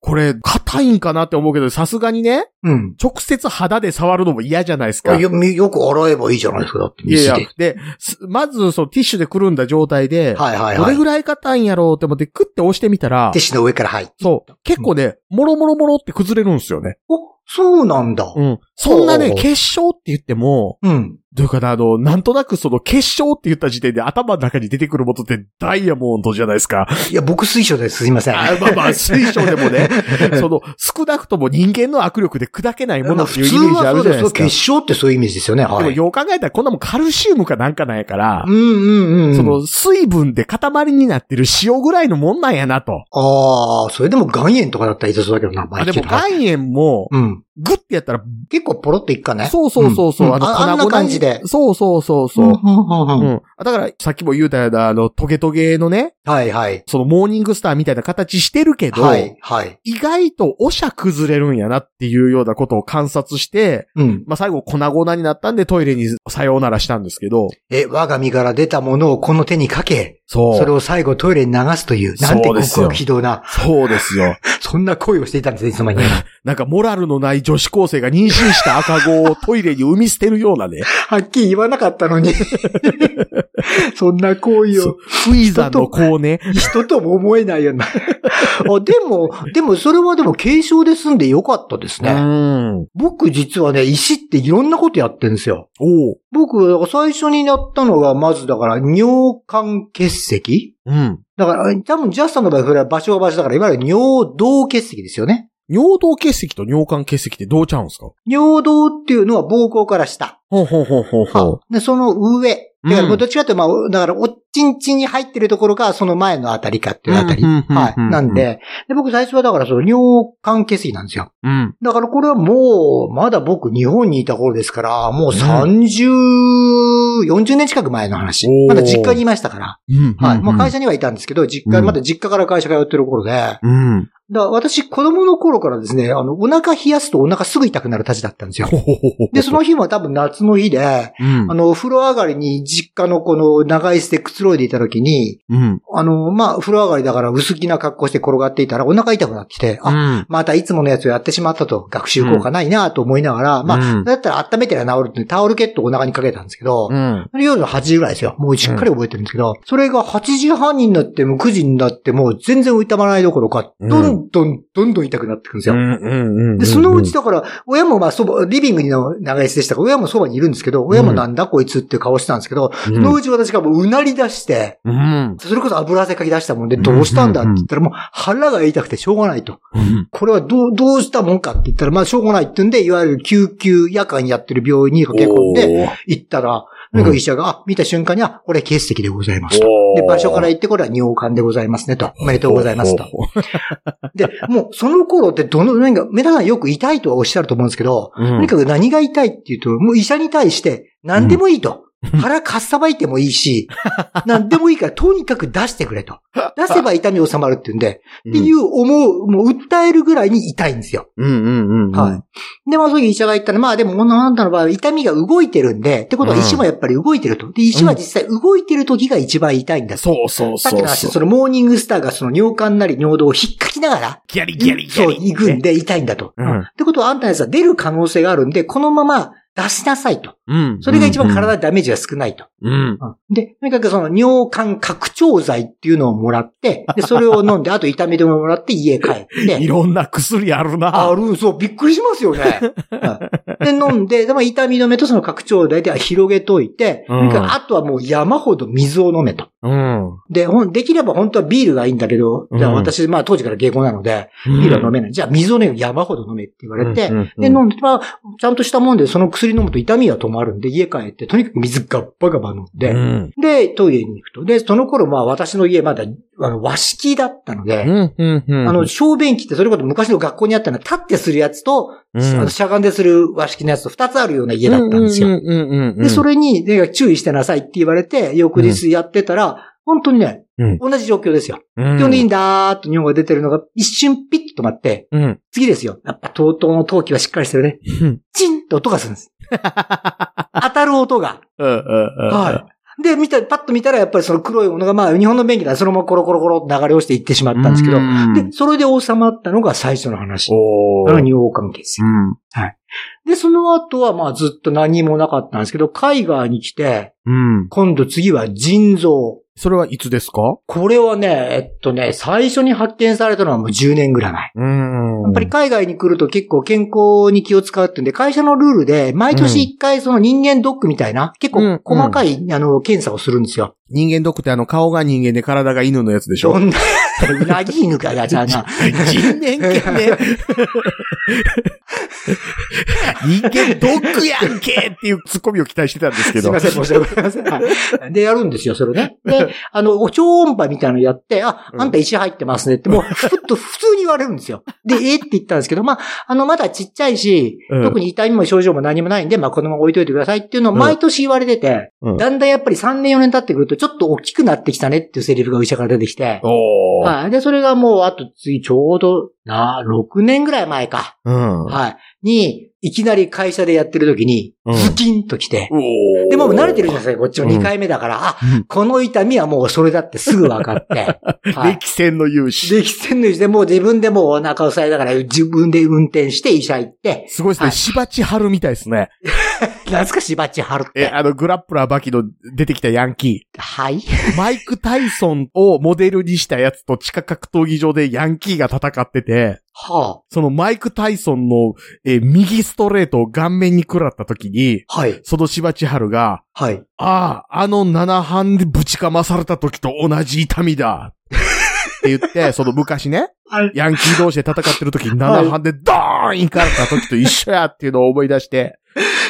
Speaker 2: これ、硬いんかなって思うけど、さすがにね、
Speaker 3: うん。
Speaker 2: 直接肌で触るのも嫌じゃないですか。
Speaker 3: よ、よく洗えばいいじゃないですか。だって、
Speaker 2: いやい
Speaker 3: 水
Speaker 2: や
Speaker 3: で。、
Speaker 2: で、すまず、そのティッシュでくるんだ状態で、
Speaker 3: はいはい
Speaker 2: ど
Speaker 3: は
Speaker 2: れ
Speaker 3: い。
Speaker 2: ぐらい硬いんやろうって思って、クッて押してみたら
Speaker 3: ティッ、シュの上から入って。
Speaker 2: そう、結構ね、もろもろもろって崩れるんですよね。
Speaker 3: お、そうなんだ。
Speaker 2: うん。そんなね、
Speaker 3: おう
Speaker 2: 結晶って言っても、
Speaker 3: うん。
Speaker 2: というかな、あの、なんとなくその結晶って言った時点で頭の中に出てくるものってダイヤモンドじゃないですか。
Speaker 3: いや、僕推奨です。すいません。
Speaker 2: あまあまあ、水晶でも ね、その、少なくとも人間の握力で砕けないも
Speaker 3: ま
Speaker 2: の
Speaker 3: あ
Speaker 2: って
Speaker 3: 普
Speaker 2: いうイ
Speaker 3: 通
Speaker 2: メージあ
Speaker 3: はそ
Speaker 2: る
Speaker 3: う
Speaker 2: じ
Speaker 3: で
Speaker 2: ゃない
Speaker 3: す
Speaker 2: で
Speaker 3: よ。
Speaker 2: すか
Speaker 3: 結。晶ってそういうイメージですよね。
Speaker 2: で
Speaker 3: は
Speaker 2: も
Speaker 3: い。
Speaker 2: よう考えたらこんなもんカルシウムかなんかなんやから
Speaker 3: うん、うんうん。
Speaker 2: その水分で塊になってる塩ぐらいのもんなんやなと。
Speaker 3: ああ、それでも岩塩とかだったら痛そうだけどな、マ
Speaker 2: あ
Speaker 3: イ
Speaker 2: で
Speaker 3: ケ
Speaker 2: も
Speaker 3: ルは
Speaker 2: 岩塩も、
Speaker 3: うん。
Speaker 2: グッてやったら、
Speaker 3: 結構ポロっていくかね。
Speaker 2: そうそうそうそう、
Speaker 3: んああんな感じで。
Speaker 2: そうそうそうそうう。
Speaker 3: んうんうんう
Speaker 2: う
Speaker 3: ん
Speaker 2: ん。だから、さっきも言うたような、あの、トゲトゲのね、
Speaker 3: はいはい。
Speaker 2: そのモーニングスターみたいな形してるけど、
Speaker 3: はいはい。
Speaker 2: 意外とおしゃ崩れるんやなっていうようなことを観察して、
Speaker 3: うん。
Speaker 2: まあ、最後粉々になったんでトイレにさようならしたんですけど、
Speaker 3: え、我が身から出たものをこの手にかけ、
Speaker 2: そう。
Speaker 3: それを最後トイレに流すという、なんて
Speaker 2: そうで
Speaker 3: 極
Speaker 2: すよ
Speaker 3: 悪非道な、
Speaker 2: そうです よ。
Speaker 3: そんな恋をしていたんですね、いつの間に。
Speaker 2: なんか、モラルのない女子高生が妊娠した赤子をトイレに産み捨てるようなね、
Speaker 3: はっきり言わなかったの に。そんな行為を、
Speaker 2: フイザンの子をね、
Speaker 3: 人とも思えないよ うな。あ、でも、でもそれはでも軽症で済んでよかったです
Speaker 2: う
Speaker 3: ね。
Speaker 2: ん。
Speaker 3: 僕実はね、石っていろんなことやってるんですよ。
Speaker 2: おう。
Speaker 3: 僕、だから最初にやったのが、まずだから、尿管結石
Speaker 2: うん。
Speaker 3: だから、多分ジャスさんの場合、それは場所は場所だから、いわゆる尿道結石ですよね。
Speaker 2: 尿道結石と尿管結石ってどうちゃうんすか
Speaker 3: 尿道っていうのは膀胱から下。
Speaker 2: ほうほうほうほうほう。
Speaker 3: で、その上。
Speaker 2: うん
Speaker 3: だから、どっちかっていうと、まあ、だから、おっちんちんに入ってるところが、その前のあたりかっていうあたり。はい。なん。で、で僕最初はだから、その尿管結石なんですよ。
Speaker 2: うん。
Speaker 3: だからこれはもう、まだ僕日本にいた頃ですから、もう30、40年近く前の話
Speaker 2: おー。
Speaker 3: まだ実家にいましたから。
Speaker 2: うん。
Speaker 3: はい。まあ会
Speaker 2: 社。
Speaker 3: 社にはいたんですけど、実家、
Speaker 2: うん
Speaker 3: まだ実家から会社通ってる頃で、だか
Speaker 2: うん。
Speaker 3: ら私子供の頃からですね、あの、お腹冷やすとお腹すぐ痛くなるたちだったんですよ。
Speaker 2: ほほほほ
Speaker 3: で、その日も多分夏の日で、
Speaker 2: うん
Speaker 3: あ。の、お風呂上がりに実家のこの長椅子でくつろいでいた時に、
Speaker 2: うん。
Speaker 3: あの、まあ、風呂上がりだから薄着な格好して転がっていたらお腹痛くなってきて、あ、
Speaker 2: あ、
Speaker 3: またいつものやつをやってしまったと、学習効果ないなと思いながら、まあ、
Speaker 2: あ、
Speaker 3: だったら温めてら治るってタオルケットをお腹にかけたんですけど、
Speaker 2: うん。
Speaker 3: 夜の8時ぐらいですよ。もうしっかり覚えてるんですけど、それが8時半になっても9時になっても全然痛まないどころか、
Speaker 2: うん
Speaker 3: どんどんどんどん痛くなってくるんですよ。
Speaker 2: ん
Speaker 3: で、そのうち、だから、親もまあそば、リビングの長椅子でしたから、親もそばにいるんですけど、親もなんだこいつっていう顔してたんですけど、
Speaker 2: う
Speaker 3: そのうち私がもううなり出して、
Speaker 2: ん。
Speaker 3: それこそ油汗かき出したもんで、どうしたんだって言ったらもう腹が痛くてしょうがないと。これはどう、どうしたもんかって言ったら、まあ、しょうがないって言うんで、いわゆる救急夜間やってる病院に駆け込んで、、行ったら、なんか医者が、あ、見た瞬間に、あ、これ血石でございますと。で、場所から行って、これは尿管でございますねと。おめでとうございますと。。で、もうその頃ってどの、なんか、皆さんよく痛いとはおっしゃると思うんですけど、とにかく何が痛いっていうと、もう医者に対して、何でもいいと。腹かっさばいてもいいし、 なんでもいいから、とにかく出してくれと。出せば痛み収まるっていうんで、っていう思う、もう訴えるぐらいに痛いんですよ。
Speaker 2: うんうんうんうん。
Speaker 3: はい。で、まあ、そういう医者が言ったら、まあでも、女のあなたの場合は痛みが動いてるんで、ってことは石もやっぱり動いてると。で、石は実際動いてる時が一番痛いんだと。
Speaker 2: そうそう
Speaker 3: さっ
Speaker 2: そ
Speaker 3: きの
Speaker 2: う
Speaker 3: 話、
Speaker 2: そ。
Speaker 3: そうのモーニングスターがその尿管なり尿道を引っかきながら、
Speaker 2: ギャリギャリギャ
Speaker 3: そう、
Speaker 2: リ。
Speaker 3: 行くんで痛いんだと。
Speaker 2: うん
Speaker 3: ってことは、あんたのやつは出る可能性があるんで、このまま出しなさいと。
Speaker 2: うん。
Speaker 3: それが一番体にダメージが少ないと。
Speaker 2: うん。
Speaker 3: うんで、とにかくその尿管拡張剤っていうのをもらって、で、それを飲んで、あと痛み止めもらって家帰っ
Speaker 2: い
Speaker 3: て。
Speaker 2: ろんな薬あるな。
Speaker 3: あるそう、びっくりしますよ ね。うんで、飲んで、でまあ痛み止めとその拡張剤で広げといて、
Speaker 2: うん
Speaker 3: とにかくあとはもう山ほど水を飲めと。
Speaker 2: うん。
Speaker 3: で、ほんできれば本当はビールがいいんだけど、じゃあ
Speaker 2: うん
Speaker 3: 私、まあ当時から芸語なので、
Speaker 2: うん
Speaker 3: ビールは飲めない。じゃあ水をね、山ほど飲めって言われて、
Speaker 2: うんうんうん
Speaker 3: で、飲んで、まあ、ちゃんとしたもんで、その薬飲むと痛みは止まるんで、家帰って、とにかく水ガッバガバ飲んで、
Speaker 2: うん。
Speaker 3: で、トイレに行くと。で、その頃、まあ、私の家まだ、あの、和式だったの
Speaker 2: う
Speaker 3: で、
Speaker 2: んうんうん。
Speaker 3: あの、、小便器って、それこそ昔の学校にあったのは、立ってするやつと、あのしゃがんでする和式のやつと二つあるような家だったんですよ。
Speaker 2: うんうんうんうん。
Speaker 3: で、それに、ね、注意してなさいって言われて、翌日やってたら、本当にね、
Speaker 2: うん
Speaker 3: 同じ状況ですよ。
Speaker 2: れ
Speaker 3: 基本的にダーッと尿が出てるのが、一瞬ピッと止まって、
Speaker 2: うん。
Speaker 3: 次ですよ。やっぱ、とうとうの陶器はしっかりしてるね。
Speaker 2: うん。
Speaker 3: チンと音がするんです。 当たる音が。
Speaker 2: うんうん。
Speaker 3: はい。で、見た、パッと見たら、やっぱりその黒いものが、まあ、日本の便器だそのままコロコロコロ流れ落ちていってしまったんですけど、で、それで収まったのが最初の話。
Speaker 2: お
Speaker 3: あの尿管結石
Speaker 2: うん。
Speaker 3: で、その後は、まあ、ずっと何もなかったんですけど、海外に来て、
Speaker 2: うん。
Speaker 3: 今度次は腎臓。
Speaker 2: それはいつですか
Speaker 3: これはね、えっとね、最初に発見されたのはもう10年ぐらい前。
Speaker 2: うん。
Speaker 3: やっぱり、海外に来ると結構健康に気を使うってんで、会社のルールで、毎年一回その人間ドックみたいな、結構細かい、あの、検査をするんですよ。
Speaker 2: 人間ドックってあの、顔が人間で体が犬のやつでし
Speaker 3: ど
Speaker 2: ょ
Speaker 3: んな、 うなぎ犬かやじゃあな。
Speaker 2: 人間犬ね。人間ドックやんけっていうツッコミを期待してたんですけ
Speaker 3: すい
Speaker 2: ど。
Speaker 3: ません、申し訳ございません。はいで、やるんですよ、それ ね。で、あの、お超音波みたいなのやって、あ、
Speaker 2: うん
Speaker 3: あんた石入ってますねって、もう、ふっと普通に言われるんですよ。で、えって言ったんですけど、まあ、あの、まだちっちゃいし、
Speaker 2: うん
Speaker 3: 特に痛みも症状も何もないんで、まあ、このまま置いといてくださいっていうのを
Speaker 2: うん
Speaker 3: 毎年言われてて、
Speaker 2: うん
Speaker 3: だんだんやっぱり3年4年経ってくると、ちょっと大きくなってきたねっていうセリフがお医者から出てきて、
Speaker 2: おー。
Speaker 3: はい。で、それがもう、あと次、ちょうど、な、6年ぐらい前か。
Speaker 2: うん。
Speaker 3: はい。に、いきなり会社でやってる時に
Speaker 2: う、ん
Speaker 3: ズキンと来て、
Speaker 2: おー
Speaker 3: でもう慣れてるじゃないですか、こっちも
Speaker 2: うん
Speaker 3: 2回目だから、あ、
Speaker 2: うん
Speaker 3: この痛みはもうそれだってすぐ分か って、はい。
Speaker 2: 歴戦の勇士。
Speaker 3: で、喫煙の時でもう自分でもうお腹を押さえながら、自分で運転して医者行って、
Speaker 2: すごいです
Speaker 3: は
Speaker 2: ね。
Speaker 3: い
Speaker 2: 芝地春みたいですね。
Speaker 3: 懐かしばっちはるっ
Speaker 2: え、
Speaker 3: て。
Speaker 2: あの、グラップラーバキの出てきたヤンキ
Speaker 3: はい。
Speaker 2: ー。マイク・タイソンをモデルにしたやつと地下格闘技場でヤンキーが戦ってて、
Speaker 3: は
Speaker 2: そのマイク・タイソンの、えー右ストレートを顔面に食らった時に、
Speaker 3: あ。はい。
Speaker 2: その芝千春が、
Speaker 3: はい。
Speaker 2: ああ、あの七班でぶちかまされた時と同じ痛みだ。って言 って、その昔ね、
Speaker 3: はい。
Speaker 2: ヤンキー同士で戦ってる時に七班でドーン行かれた時と一緒やっていうのを思い出して、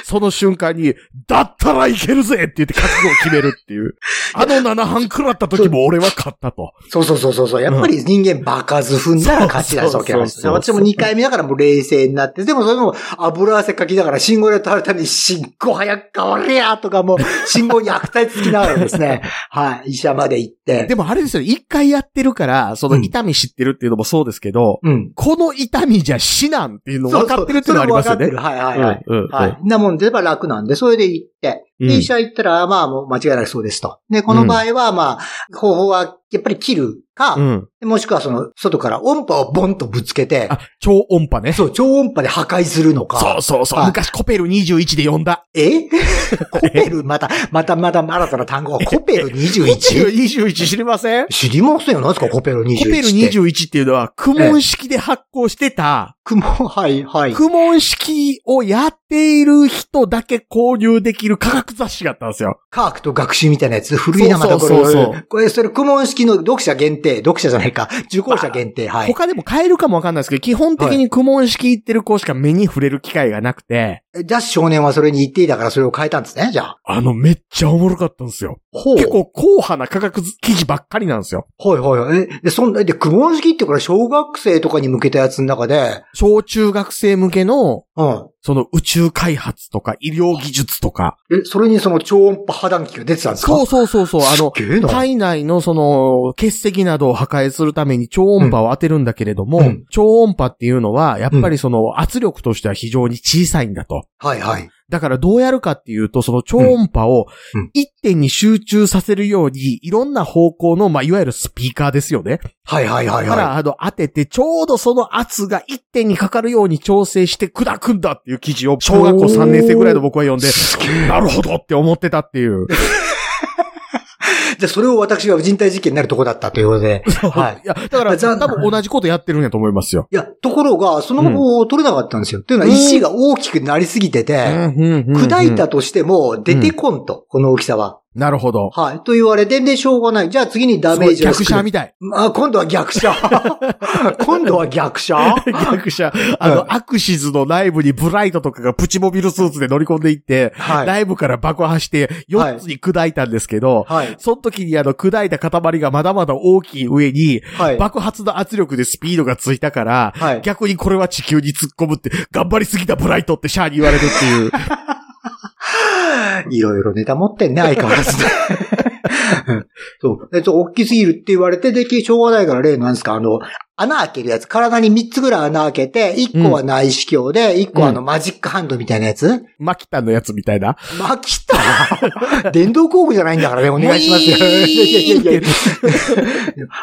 Speaker 2: その瞬間に、だったらいけるぜって言って覚悟を決めるっ ていう。あの七班食らった時も俺は勝ったと。
Speaker 3: そうそうそうそうそう。やっぱり人間バカず踏んだら勝ちだ
Speaker 2: そ
Speaker 3: そうう
Speaker 2: そうそう
Speaker 3: ですよ私も2回目だからもう冷静になって、でもそれでも油汗かきながら信号で倒れために信号早く変われやとかもう信号に悪態つきながらです ね、はい、医者まで行って。
Speaker 2: でもあれですよね、一回やってるから、その痛み知ってるっていうのもそうですけど、
Speaker 3: うん。
Speaker 2: この痛みじゃ死なんっていうの分かってるっていうのはありますよね
Speaker 3: そう。そうそれも分かってるはいはいはい。
Speaker 2: うんうんうん
Speaker 3: はい。なもんで、やっぱ楽なんで、それで行って、
Speaker 2: うん
Speaker 3: で、医者行ったら、まあ、もう間違いなくそうですと。で、この場合は、まあ、方法は、やっぱり切るか、
Speaker 2: うん。
Speaker 3: もしくはその、外から音波をボンとぶつけて、
Speaker 2: あ、超音波ね。
Speaker 3: そう、超音波で破壊するのか。
Speaker 2: そうそうそう。
Speaker 3: はい
Speaker 2: 昔コペル21で呼んだ。
Speaker 3: えコペル、また、またまた新たな単語。コペル 21?
Speaker 2: 21知りませんコ
Speaker 3: 知りませんよ。何ですか、コペル21って。
Speaker 2: ペル21っていうのは、苦問式で発行してた、
Speaker 3: 雲はい、はい。
Speaker 2: 苦問式をやっている人だけ購入できる科学雑誌があったんですよ。
Speaker 3: 科学と学習みたいなやつ。古いな、またこ
Speaker 2: そうそうそうそ
Speaker 3: れ。これ、それ、公文式の読者限定、読者じゃないか、受講者限定、はい。
Speaker 2: 他でも買えるかもわかんないですけど、基本的に苦問式行ってる子しか目に触れる機会がなくて、
Speaker 3: えジャス少年はそれに言っていたからそれを変えたんですね、じゃあ。
Speaker 2: あの、めっちゃおもろかったんですよ。
Speaker 3: ほう。
Speaker 2: 結構、硬派な科学記事ばっかりなんですよ。
Speaker 3: はいはいはい。え、で、そんな、で、クモン式ってこれ小学生とかに向けたやつの中で、
Speaker 2: 小中学生向けの、
Speaker 3: うん。
Speaker 2: その宇宙開発とか医療技術とか。
Speaker 3: え、それにその超音波破断機が出てたんですか
Speaker 2: そうそうそうそう、あの、
Speaker 3: すっげえな。
Speaker 2: 体内のその血石などを破壊するために超音波を当てるんだけれども、
Speaker 3: うんうん
Speaker 2: 超音波っていうのはやっぱりその圧力としては非常に小さいんだと。
Speaker 3: はいはい。
Speaker 2: だからどうやるかっていうと、その超音波を
Speaker 3: うんうん
Speaker 2: 一点に集中させるように、いろんな方向の、まあ、いわゆるスピーカーですよね。
Speaker 3: はいはいはい
Speaker 2: か
Speaker 3: は
Speaker 2: ら、あの、当てて、ちょうどその圧が一点にかかるように調整して砕くんだっていう記事を、小学校3年生ぐらいの僕は読んで、なるほどって思ってたっていう。
Speaker 3: い。じゃあそれを私が人体実験になるとこだったということで。 はい。
Speaker 2: いや、だから、
Speaker 3: 残
Speaker 2: 多分同じことやってるんやと思いますよ。
Speaker 3: いや、ところが、その方法を取れなかったんですよ。というのは石が大きくなりすぎてて、
Speaker 2: 砕
Speaker 3: 砕いた。としても出てこんと、この大きさは。
Speaker 2: なるほど。
Speaker 3: はい。と言われて、で、しょうがない。じゃあ次にダ
Speaker 2: す
Speaker 3: メ
Speaker 2: ご
Speaker 3: ー
Speaker 2: い
Speaker 3: ジを
Speaker 2: 逆
Speaker 3: 作る
Speaker 2: 者み たい。
Speaker 3: あ、今度は逆者。今度は逆者
Speaker 2: 逆者。あ
Speaker 3: うん
Speaker 2: の、アクシズの内部にブライトとかがプチモビルスーツで乗り込んでいって、
Speaker 3: はい。
Speaker 2: 内部から爆破して4つに砕いたんですけど、
Speaker 3: はい。
Speaker 2: その時にあの砕いた塊がまだまだ大きい上に、
Speaker 3: はい。
Speaker 2: 爆発の圧力でスピードがついたから、
Speaker 3: はい。
Speaker 2: 逆にこれは地球に突っ込むって、頑張りすぎたブライトってシャアに言われるって いう。
Speaker 3: いろいろネタ持ってんね、相変わらずね。 うんそう。えっと、大きすぎるって言われて、で、しょうがないから例なんですか、あの、穴開けるやつ。体に3つぐらい穴開けて、1個は内視鏡で、1個はあの、マジックハンドみたいなやつ。
Speaker 2: マキタのやつみたいな。
Speaker 3: まきた 電動工具じゃないんだからね、お願いします よ。
Speaker 2: ウィーン
Speaker 3: いやいやいやいや。だか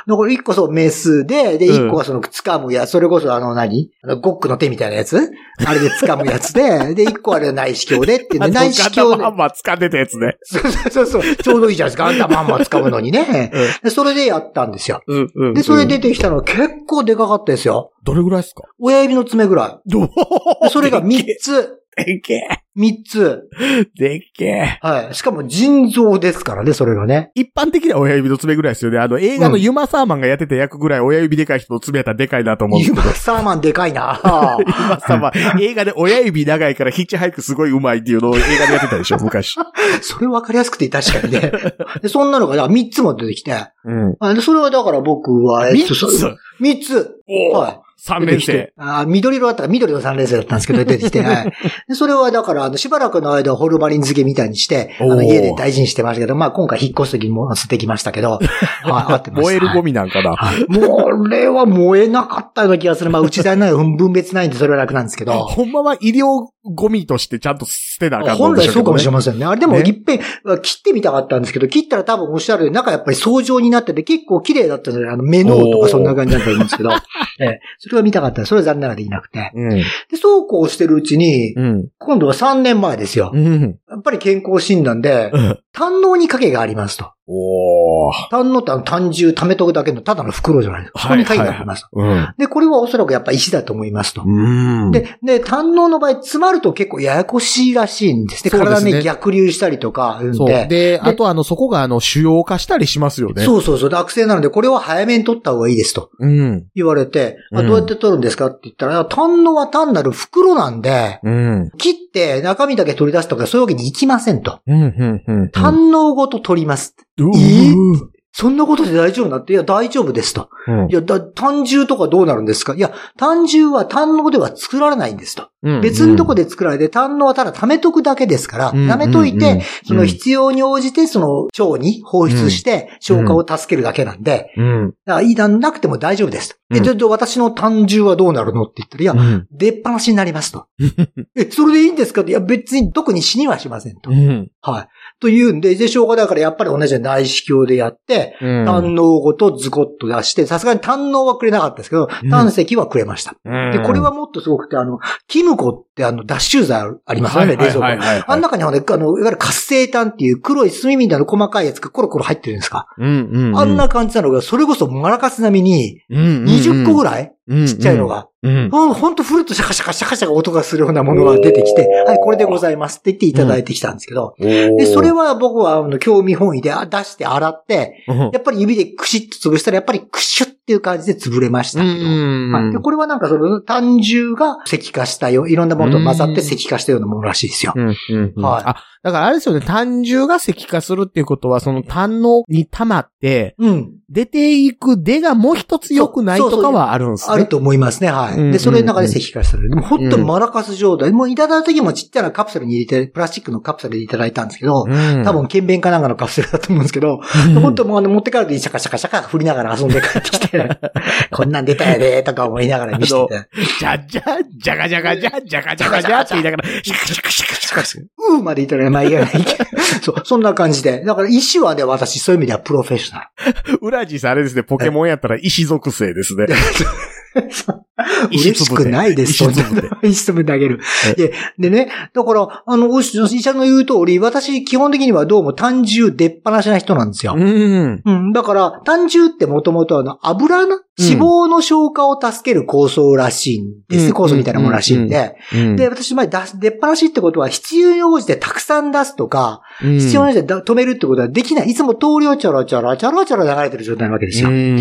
Speaker 3: ら1個そう、メスで、で、
Speaker 2: うん
Speaker 3: 1個はその、掴むやつ、それこそあの何、あのゴックの手みたいなやつあれで掴むやつで、で、1個あれ内視鏡でって、
Speaker 2: あ
Speaker 3: で
Speaker 2: の
Speaker 3: 内視
Speaker 2: ガンダ
Speaker 3: 鏡
Speaker 2: ム
Speaker 3: で
Speaker 2: ハン。マー掴んでたやつね。
Speaker 3: そうそうそうそう。ちょうどいいじゃないですか。あんたまんま使うのにね。でそれでやったんですよ。
Speaker 2: うんうんうん
Speaker 3: で、それ出てきたの結構でかかったですよ。
Speaker 2: どれぐらいですか
Speaker 3: 親指の爪ぐら
Speaker 2: ど
Speaker 3: い。でそれが3つ。
Speaker 2: でっけ
Speaker 3: 3つ。
Speaker 2: え。でっけえ。
Speaker 3: はい。しかも腎臓ですからね、それがね。
Speaker 2: 一般的には親指の爪ぐらいですよね。あの、映画のユマサーマンがやってた役ぐらい親指でかい人の爪やったらでかいなと思うんです
Speaker 3: ユ
Speaker 2: けど
Speaker 3: マ。サーマンでかい な
Speaker 2: ユマサーマン、映画で親指長いからヒッチハイクすごい上手いっていうのを映画でやってたでしょ、昔。
Speaker 3: それ分かりやすくて確かにね。でそんなのが3つも出てきて。
Speaker 2: うん。
Speaker 3: あでそれはだから僕は、え
Speaker 2: 三
Speaker 3: っと、そ
Speaker 2: つ
Speaker 3: 3つ。
Speaker 2: お
Speaker 3: はい。
Speaker 2: 三
Speaker 3: 出て
Speaker 2: 年
Speaker 3: きて
Speaker 2: 生。
Speaker 3: あー緑色だったら緑の3連生だったんですけ ど、出てきて。はい。でそれはだから、あの、しばらくの間ホルマリン漬けみたいにして、あ
Speaker 2: お
Speaker 3: の、
Speaker 2: ー
Speaker 3: 家で大事にしてましたけど、まあ今回引っ越す時にも捨ててきました けど、はい、合ってました。
Speaker 2: 燃えるゴ
Speaker 3: ミ。
Speaker 2: ミなんかな。
Speaker 3: はいもう、れは燃えなかったような気がする。まあ、うち材ない分別ないんで、それは楽なんですけど。
Speaker 2: ほんまは医療ゴミとしてちゃんと捨てなあかん
Speaker 3: 本来そうかもしれ
Speaker 2: ない。
Speaker 3: ませんね。あれでも、
Speaker 2: ね
Speaker 3: いっぺん、切ってみたかったんですけど、切ったら多分おっしゃるように、中やっぱり相乗になってて、結構綺麗だったんじゃないあの、目のとかそんな感じだったと思うんですけ ど、ええ、それは見たかった。それは残念ながらできなくて。
Speaker 2: うん。
Speaker 3: で、そうこうしてるうちに、
Speaker 2: うん。
Speaker 3: 今度は3年前ですよ
Speaker 2: う。ん。
Speaker 3: やっぱり健康診断で、胆のに影がありますと。
Speaker 2: おー。
Speaker 3: 胆のってあの胆汁溜めとくだけのただの袋じゃないですか。そこに影がありますと。
Speaker 2: うん。
Speaker 3: で、これはおそらくやっぱ石だと思いますと。
Speaker 2: うん。
Speaker 3: で、で、胆のの場合、詰まると結構ややこしいらしいんですね。
Speaker 2: そうです
Speaker 3: 体
Speaker 2: ね
Speaker 3: ね、逆流したりとかいうん
Speaker 2: そう。
Speaker 3: で。
Speaker 2: で、あとあの、そこがあの、腫瘍化したりしますよね。
Speaker 3: そうそうそう。で悪性なので、これは早めに取った方がいいですと
Speaker 2: うん。
Speaker 3: 言われて、あ
Speaker 2: うん
Speaker 3: どうやって取るんですかって言ったら、胆のは単なる袋なんで、
Speaker 2: うん。
Speaker 3: 切って中身だけ取り出すとかそういうわけにいきませんと。
Speaker 2: うん、うん、うん。
Speaker 3: 胆のごと取ります。
Speaker 2: うん、
Speaker 3: えそんなことで大丈夫なって、いや、大丈夫ですと。いや、だ、単汁とかどうなるんですかいや、単汁は単能では作られないんですと。
Speaker 2: うん
Speaker 3: 別のとこで作られて、単能はただ貯めとくだけですから、
Speaker 2: うん
Speaker 3: 貯めとい
Speaker 2: うんうん
Speaker 3: て、その必要に応じて、その腸に放出して、消化を助けるだけなんで、
Speaker 2: うん。
Speaker 3: だからいいななくても大丈夫ですと。
Speaker 2: うん
Speaker 3: え、ちょっと私の単汁はどうなるのって言ったら、いや、
Speaker 2: うん
Speaker 3: 出っ放しになります と。え、それでいいんですかっていや、別に特に死にはしませんと。
Speaker 2: うん。
Speaker 3: はい。というんで、で、消化だからやっぱり同じように内視鏡でやって、
Speaker 2: うん
Speaker 3: 胆のごとズコッと出して、さすがに胆のはくれなかったですけど
Speaker 2: う、ん
Speaker 3: 胆石はくれました。で、これはもっとすごくて、あの、キムコってあの、脱臭剤ありますよね、冷蔵庫
Speaker 2: はい
Speaker 3: に。
Speaker 2: はいはいはい
Speaker 3: あの中にはね、あの、いわゆる活性炭っていう黒い炭みたいな細かいやつがコロコロ入ってるんですか。
Speaker 2: うんうう
Speaker 3: あんな感じなのが、それこそマラカス並みに、20個ぐらい
Speaker 2: らい
Speaker 3: ちっちゃいの。が、
Speaker 2: うんうんうん
Speaker 3: ほんほんとフルートシャカシャカシャカシャカ音がするようなものが出てきて、
Speaker 2: おー
Speaker 3: はい、これでございますって言っていただいてきたんですけど、で、それは僕はあの興味本位であ出して洗って、
Speaker 2: うん
Speaker 3: やっぱり指でクシッと潰したら、やっぱりクシュってっていう感じで潰れました
Speaker 2: う
Speaker 3: けど。
Speaker 2: ん。
Speaker 3: はい、でこれはなんかその胆汁が石化したよう、いろんなものと混ざって石化したようなものらしいですよ。
Speaker 2: うんうんうん
Speaker 3: はい
Speaker 2: あ、だからあれですよね、胆汁が石化するっていうことは、その胆のに溜まって、
Speaker 3: うん。
Speaker 2: 出ていく出がもう一つ良くないとかはあるんですね。
Speaker 3: あると思いますね、は
Speaker 2: うん
Speaker 3: い。で、それの中で石化する。でも、ほんと
Speaker 2: うん
Speaker 3: マラカス状態。もういただいた時もちっちゃなカプセルに入れて、プラスチックのカプセルでいただいたんですけど、
Speaker 2: うん
Speaker 3: 多分、剣弁かなんかのカプセルだと思うんですけど、
Speaker 2: うん
Speaker 3: ほんともうあの持って帰る時にシャカシャカシャカ振りながら遊んで帰ってきて、こんなん出たやで、とか思いながら見せてて、
Speaker 2: じゃじゃ、じゃがじゃがじゃ、じゃがじゃがじゃって言いながら、シャカシャカシャカシャカシャ
Speaker 3: うーまで言ったら、まあいい や、いいやそう、そんな感じで。だから、石はね、私、そういう意味ではプロフェッショナ
Speaker 2: カウラジさんあれですね、ポケモンやったら石属性ですね。
Speaker 3: ル。そう
Speaker 2: 石
Speaker 3: 嬉
Speaker 2: つ
Speaker 3: し
Speaker 2: ぶて
Speaker 3: くないです、
Speaker 2: 石つぶて
Speaker 3: そんな石つぶてあげる。ででね、だから、あの、お医者の言う通り、私、基本的にはどうも単純出っ放しな人なんですよ。
Speaker 2: うん。
Speaker 3: うん、だから、単純ってもともとあの、油の、脂肪の消化を助ける酵素らしいんです。
Speaker 2: うん
Speaker 3: 酵素みたいなものらしいんで。
Speaker 2: うん
Speaker 3: で、、私、前、出す出っ放しってことは、必要に応じてたくさん出すとか、必要
Speaker 2: な
Speaker 3: な人で止めるってことはできない。いつも通りをちょろちょろちょろちょろ流れてる状態なわけですよ。
Speaker 2: うん。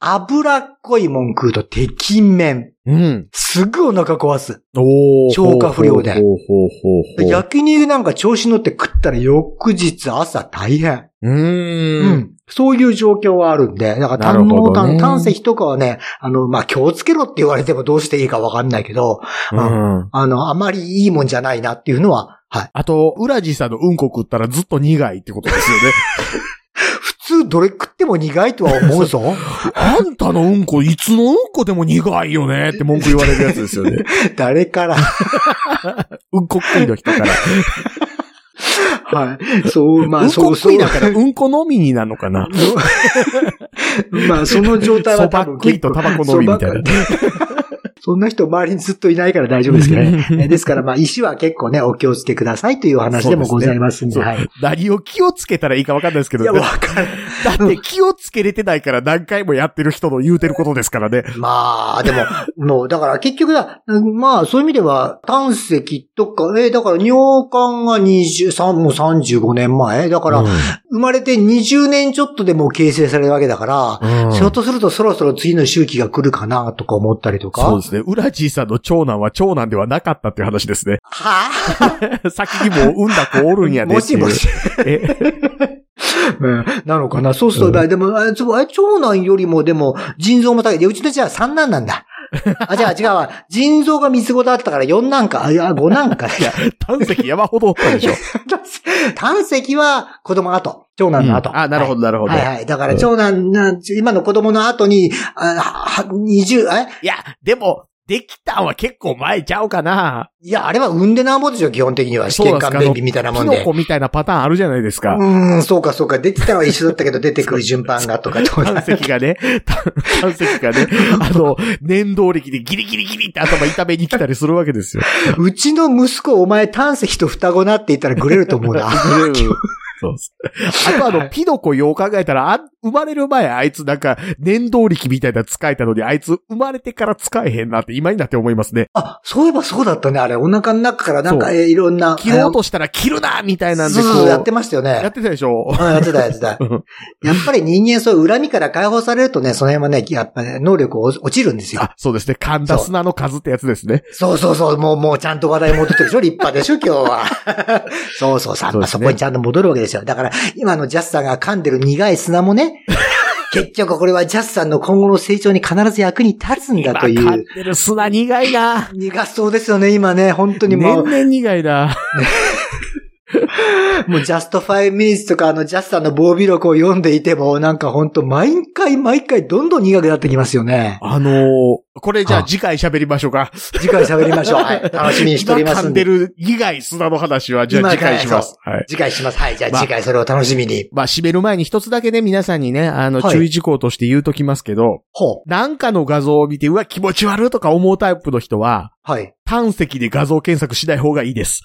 Speaker 3: 脂っこいもん食うと、てきめん。
Speaker 2: うん。
Speaker 3: すぐお腹壊す。
Speaker 2: おー
Speaker 3: 消化不良で
Speaker 2: ほうほうほうほうほう。
Speaker 3: 焼肉なんか調子乗って食ったら翌日朝大変。う
Speaker 2: う。
Speaker 3: んそういう状況はあるんで、だから胆
Speaker 2: なるほ
Speaker 3: の
Speaker 2: ど
Speaker 3: 炭、
Speaker 2: ね
Speaker 3: 炭石とかはね、あの、まあ、気をつけろって言われてもどうしていいかわかんないけど、
Speaker 2: うん。
Speaker 3: あの、あまりいいもんじゃないなっていうのは、はい。
Speaker 2: あと、ウラジさんのうんこ食ったらずっと苦いってことですよ ね。
Speaker 3: 普通どれ食っても苦いとは思うぞ。
Speaker 2: あんたのうんこ、いつのうんこでも苦いよねって文句言われるやつですよね。
Speaker 3: 誰から
Speaker 2: うんこ食いの人から。
Speaker 3: はい。そう、 ま
Speaker 2: う
Speaker 3: あ、
Speaker 2: ん
Speaker 3: そ
Speaker 2: こ
Speaker 3: う、そ
Speaker 2: 食
Speaker 3: う
Speaker 2: いだから、うんこのみになのかな。
Speaker 3: まあ、その状態
Speaker 2: そ
Speaker 3: は
Speaker 2: ば
Speaker 3: 多
Speaker 2: っ
Speaker 3: 分
Speaker 2: 食いとタバコ飲みみたいな。
Speaker 3: そんな人周りにずっといないから大丈夫ですけどね。えですから、まあ、石は結構ね、お気をつけくださいというお話でもございますんで、
Speaker 2: そう
Speaker 3: はい。
Speaker 2: 何を気をつけたらいいかわかんないです
Speaker 3: い
Speaker 2: けど、
Speaker 3: や、
Speaker 2: だ
Speaker 3: わかる。
Speaker 2: って気をつけれてないから何回もやってる人の言うてることですからね。
Speaker 3: まあ、でも、もう、だから結局だ、まあ、そういう意味では、胆石とか、えだから尿管が23、もう35年前だから、生まれて20年ちょっとでもう形成されるわけだから、ひょっとするとそろそろ次の周期が来るかな、とか思ったりとか。
Speaker 2: そうですね。ウラジーさんの長男は長男ではなかったっていう話ですね。
Speaker 3: はぁ
Speaker 2: 先にもう産んだ子おるんやで
Speaker 3: も
Speaker 2: って
Speaker 3: し
Speaker 2: いう。
Speaker 3: もし。
Speaker 2: え
Speaker 3: うんなのかなそうすると、
Speaker 2: う
Speaker 3: でも、あそうあ長男よりも、でも、腎臓も高い。で、うちの父は三男なんだ。あ、じゃあ違うわ。腎臓が三つ子だったから四男か。あ、いや、五男か。いや、
Speaker 2: 胆石山ほどおったでしょ。
Speaker 3: 胆石は子供後。長男の後。
Speaker 2: うんあ、なるほど、なるほど。
Speaker 3: はい。はいはい。だから、長男な、今の子供の後に、あ、は二十、え
Speaker 2: いや、でも、できたんは結構前ちゃうかな。
Speaker 3: いや、あれは産んでなんぼでしょ、基本的には。試
Speaker 2: そうな
Speaker 3: 験
Speaker 2: んですか
Speaker 3: 管便秘みたいなも
Speaker 2: キ
Speaker 3: ん
Speaker 2: ノ
Speaker 3: で。
Speaker 2: コみたいなパターンあるじゃないですか。
Speaker 3: うーん、そうか、そうか。できたは一緒だったけど、出てくる順番がとか、どう
Speaker 2: 胆
Speaker 3: だ
Speaker 2: 石がね、 胆石が ね、あの、念動力でギリギリギリって頭痛めに来たりするわけ ですよ。
Speaker 3: うちの息子、お前、胆石と双子なって言ったらグレると思うな。
Speaker 2: うんそうですあとあ
Speaker 3: は
Speaker 2: の、
Speaker 3: い
Speaker 2: ピノコよう考えたら、あ生まれる前あいつなんか、念動力みたいな使えたのに、あいつ生まれてから使えへんなって今になって思いますね。
Speaker 3: あ、そういえばそうだったね、あれ。お腹の中からなん
Speaker 2: そ
Speaker 3: か、
Speaker 2: う
Speaker 3: えーいろんな。
Speaker 2: 切ろう
Speaker 3: と
Speaker 2: としたら切るなみたいなん
Speaker 3: そ
Speaker 2: で、
Speaker 3: う
Speaker 2: こ
Speaker 3: そう
Speaker 2: う、
Speaker 3: やってましたよ
Speaker 2: や
Speaker 3: ね
Speaker 2: っ。てたでしょ。
Speaker 3: うんやってた、やってた。やっ
Speaker 2: うん
Speaker 3: ぱり人間、そういう恨みから解放されるとね、その辺はね、やっぱね、能力お落ちるんですよ。
Speaker 2: あ、そうですね。神田砂の数ってやつですね。
Speaker 3: そうそうそう、もう、もうちゃんと話題戻ってるでしょ立派でしょ今日は。 そうそう、さん
Speaker 2: そうです
Speaker 3: そ
Speaker 2: ね
Speaker 3: こにちゃんと戻るわけですよ。だから、今のジャスさんが噛んでる苦い砂も ね、結局これはジャスさんの今後の成長に必ず役に立つんだとい
Speaker 2: 今
Speaker 3: う
Speaker 2: 飼っ。てる砂苦いな。
Speaker 3: 苦そうですよね、今ね。本当に
Speaker 2: 年
Speaker 3: もう、
Speaker 2: 々苦いな。
Speaker 3: もうジャスト5ミニッツとかあのジャスさんの防備録を読んでいても、なんか本当毎回毎回どんどん苦くなってきますよね。
Speaker 2: あのーこれじゃあ
Speaker 3: あ
Speaker 2: 次回喋りましょうか。
Speaker 3: 次回喋りましょう。 はい。楽しみにしておりま
Speaker 2: 今
Speaker 3: す
Speaker 2: 噛ん
Speaker 3: ん
Speaker 2: で
Speaker 3: で。
Speaker 2: る苦い砂の話は、じゃあ
Speaker 3: 今
Speaker 2: 次
Speaker 3: から
Speaker 2: 回します。はい。
Speaker 3: 次回します。はい。じゃあ
Speaker 2: まあ
Speaker 3: 次回それを楽しみに。
Speaker 2: まあ、締める前に一つだけね、皆さんにね、あの、
Speaker 3: はい
Speaker 2: 注意事項として言うときますけど、
Speaker 3: ほ
Speaker 2: なんかの画像を見て、うわ、気持ち悪いとか思うタイプの人は、
Speaker 3: う。はい。
Speaker 2: 胆石で画像検索しない方がいいです。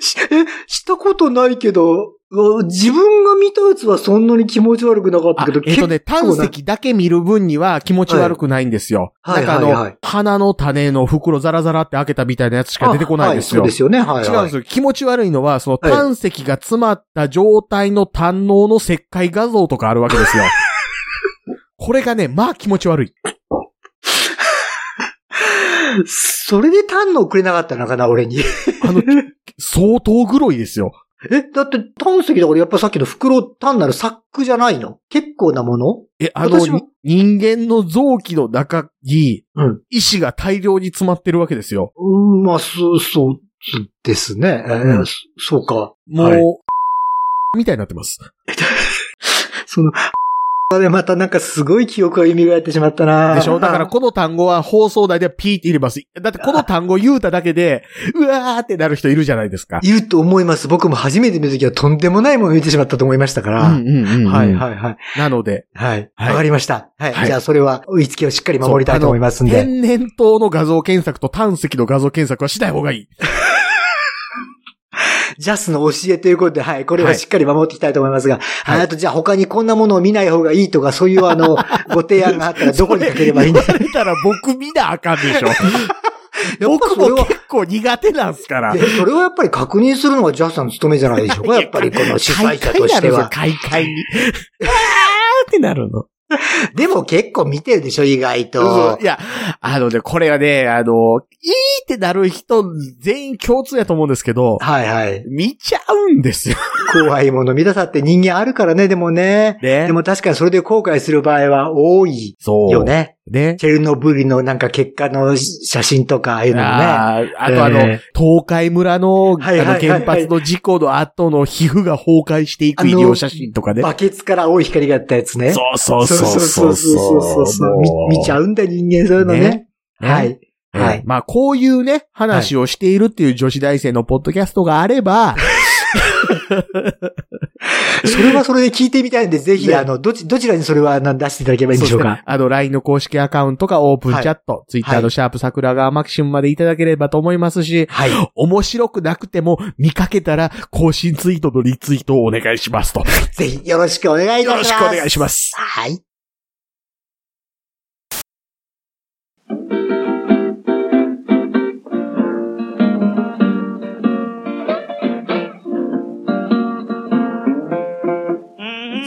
Speaker 3: しえ、したことないけど、うわ自分が見たやつはそんなに気持ち悪くなかった
Speaker 2: あ
Speaker 3: けど、
Speaker 2: えっとね、胆
Speaker 3: 構な
Speaker 2: 石だけ見る分には気持ち悪くないんですよ。
Speaker 3: はい
Speaker 2: なんかあの、
Speaker 3: はいはいはい
Speaker 2: 花の種の袋ザラザラって開けたみたいなやつしか出てこないですよ。
Speaker 3: あはいそうですよね。はい、
Speaker 2: 違うん
Speaker 3: は
Speaker 2: で
Speaker 3: い
Speaker 2: す。よ。気持ち悪いのは、その
Speaker 3: はい
Speaker 2: 胆石が 詰まった状態の胆嚢の切開画像とかあるわけですよ。これがね、まあ気持ち悪い。
Speaker 3: それでタンのくれなかったのかな、俺に。
Speaker 2: あの、相当グロいですよ。
Speaker 3: え、だってタン石だからやっぱさっきの袋単なるサックじゃないの結構なもの
Speaker 2: え、あの
Speaker 3: 私も、
Speaker 2: 人間の臓器の中に、
Speaker 3: うん。
Speaker 2: 意志が大量に詰まってるわけですよ。
Speaker 3: うん、まあ、そう、そうですね。えー
Speaker 2: うん
Speaker 3: そそうか。
Speaker 2: もう、
Speaker 3: はい
Speaker 2: みたいになってます。
Speaker 3: その、 でまたなんかすごい記憶が蘇ってしまったな
Speaker 2: でしょだからこの単語は放送内ではピーって入れます。だってこの単語言うただけで、うわーってなる人いるじゃないですか。
Speaker 3: いると思います。僕も初めて見るときはとんでもないものを見てしまったと思いましたか
Speaker 2: う
Speaker 3: ら。
Speaker 2: んうんうんうん。
Speaker 3: はいはいはい。
Speaker 2: なので、
Speaker 3: はい。
Speaker 2: はい
Speaker 3: わかりました。はい。
Speaker 2: はい
Speaker 3: じゃあそれは、追いつきをしっかり守りたいと思いますんで。
Speaker 2: 天然痘の画像検索と胆石の画像検索はしない方がいい。
Speaker 3: ジャスの教えということで、はい。これはしっかり守っていきたいと思いますが。はい。あとじゃあ他にこんなものを見ない方がいいとか、そういうあ の、ご提案があったらどこにかければいいんだ
Speaker 2: それ言われたら僕見なあかんでしょ。僕
Speaker 3: 僕も
Speaker 2: も結構苦手なんすから。
Speaker 3: でそれはやっぱり確認するのがジャスさんの務めじゃないでしょうか。やっぱりこの主催者としては。
Speaker 2: 快快になるんですよ。快快に。あーってなるの。
Speaker 3: でも結構見てるでしょ、意外と
Speaker 2: い。や、あのね、これはね、あの、いいってなる人全員共通やと思うんですけど、
Speaker 3: はいはい。
Speaker 2: 見ちゃうんですよ
Speaker 3: 怖いもの見たさって人間あるからね、でもね。
Speaker 2: ね。
Speaker 3: でも確かにそれで後悔する場合は多い
Speaker 2: そう。
Speaker 3: よ。ね。
Speaker 2: ね。
Speaker 3: チェルノブイリのなんか結果の写真とか、ああいうのもね。
Speaker 2: あーあとあの、
Speaker 3: え
Speaker 2: 東海村の、あ
Speaker 3: はいはい
Speaker 2: の、
Speaker 3: はいはい
Speaker 2: 原発の事故の後の皮膚が崩壊していく医療写真とかね。
Speaker 3: バケツから青い光があったやつね。
Speaker 2: そうそうそう
Speaker 3: そうそうそうそうみ見ちゃうんだ人間、そういうのね。
Speaker 2: ね
Speaker 3: はい。
Speaker 2: えー
Speaker 3: はい
Speaker 2: まあ、こういうね、話をしているっていう女子大生のポッドキャストがあれば、
Speaker 3: それはそれで聞いてみたいんで、ぜひ、
Speaker 2: ね
Speaker 3: あの、どち、どちらにそれはあの出していただければいいんでしょう
Speaker 2: そうですね
Speaker 3: か。
Speaker 2: あの、LINE の公式アカウントかオープンチャット、ツイッターのシャープ桜川マキシムまでいただければと思いますし、
Speaker 3: はい。
Speaker 2: 面白くなくても見かけたら更新ツイートのリツイートをお願いしますと。よ
Speaker 3: ぜひ、よろしくお願いいたし
Speaker 2: ろ
Speaker 3: ます。
Speaker 2: しくお願いします。
Speaker 3: はい。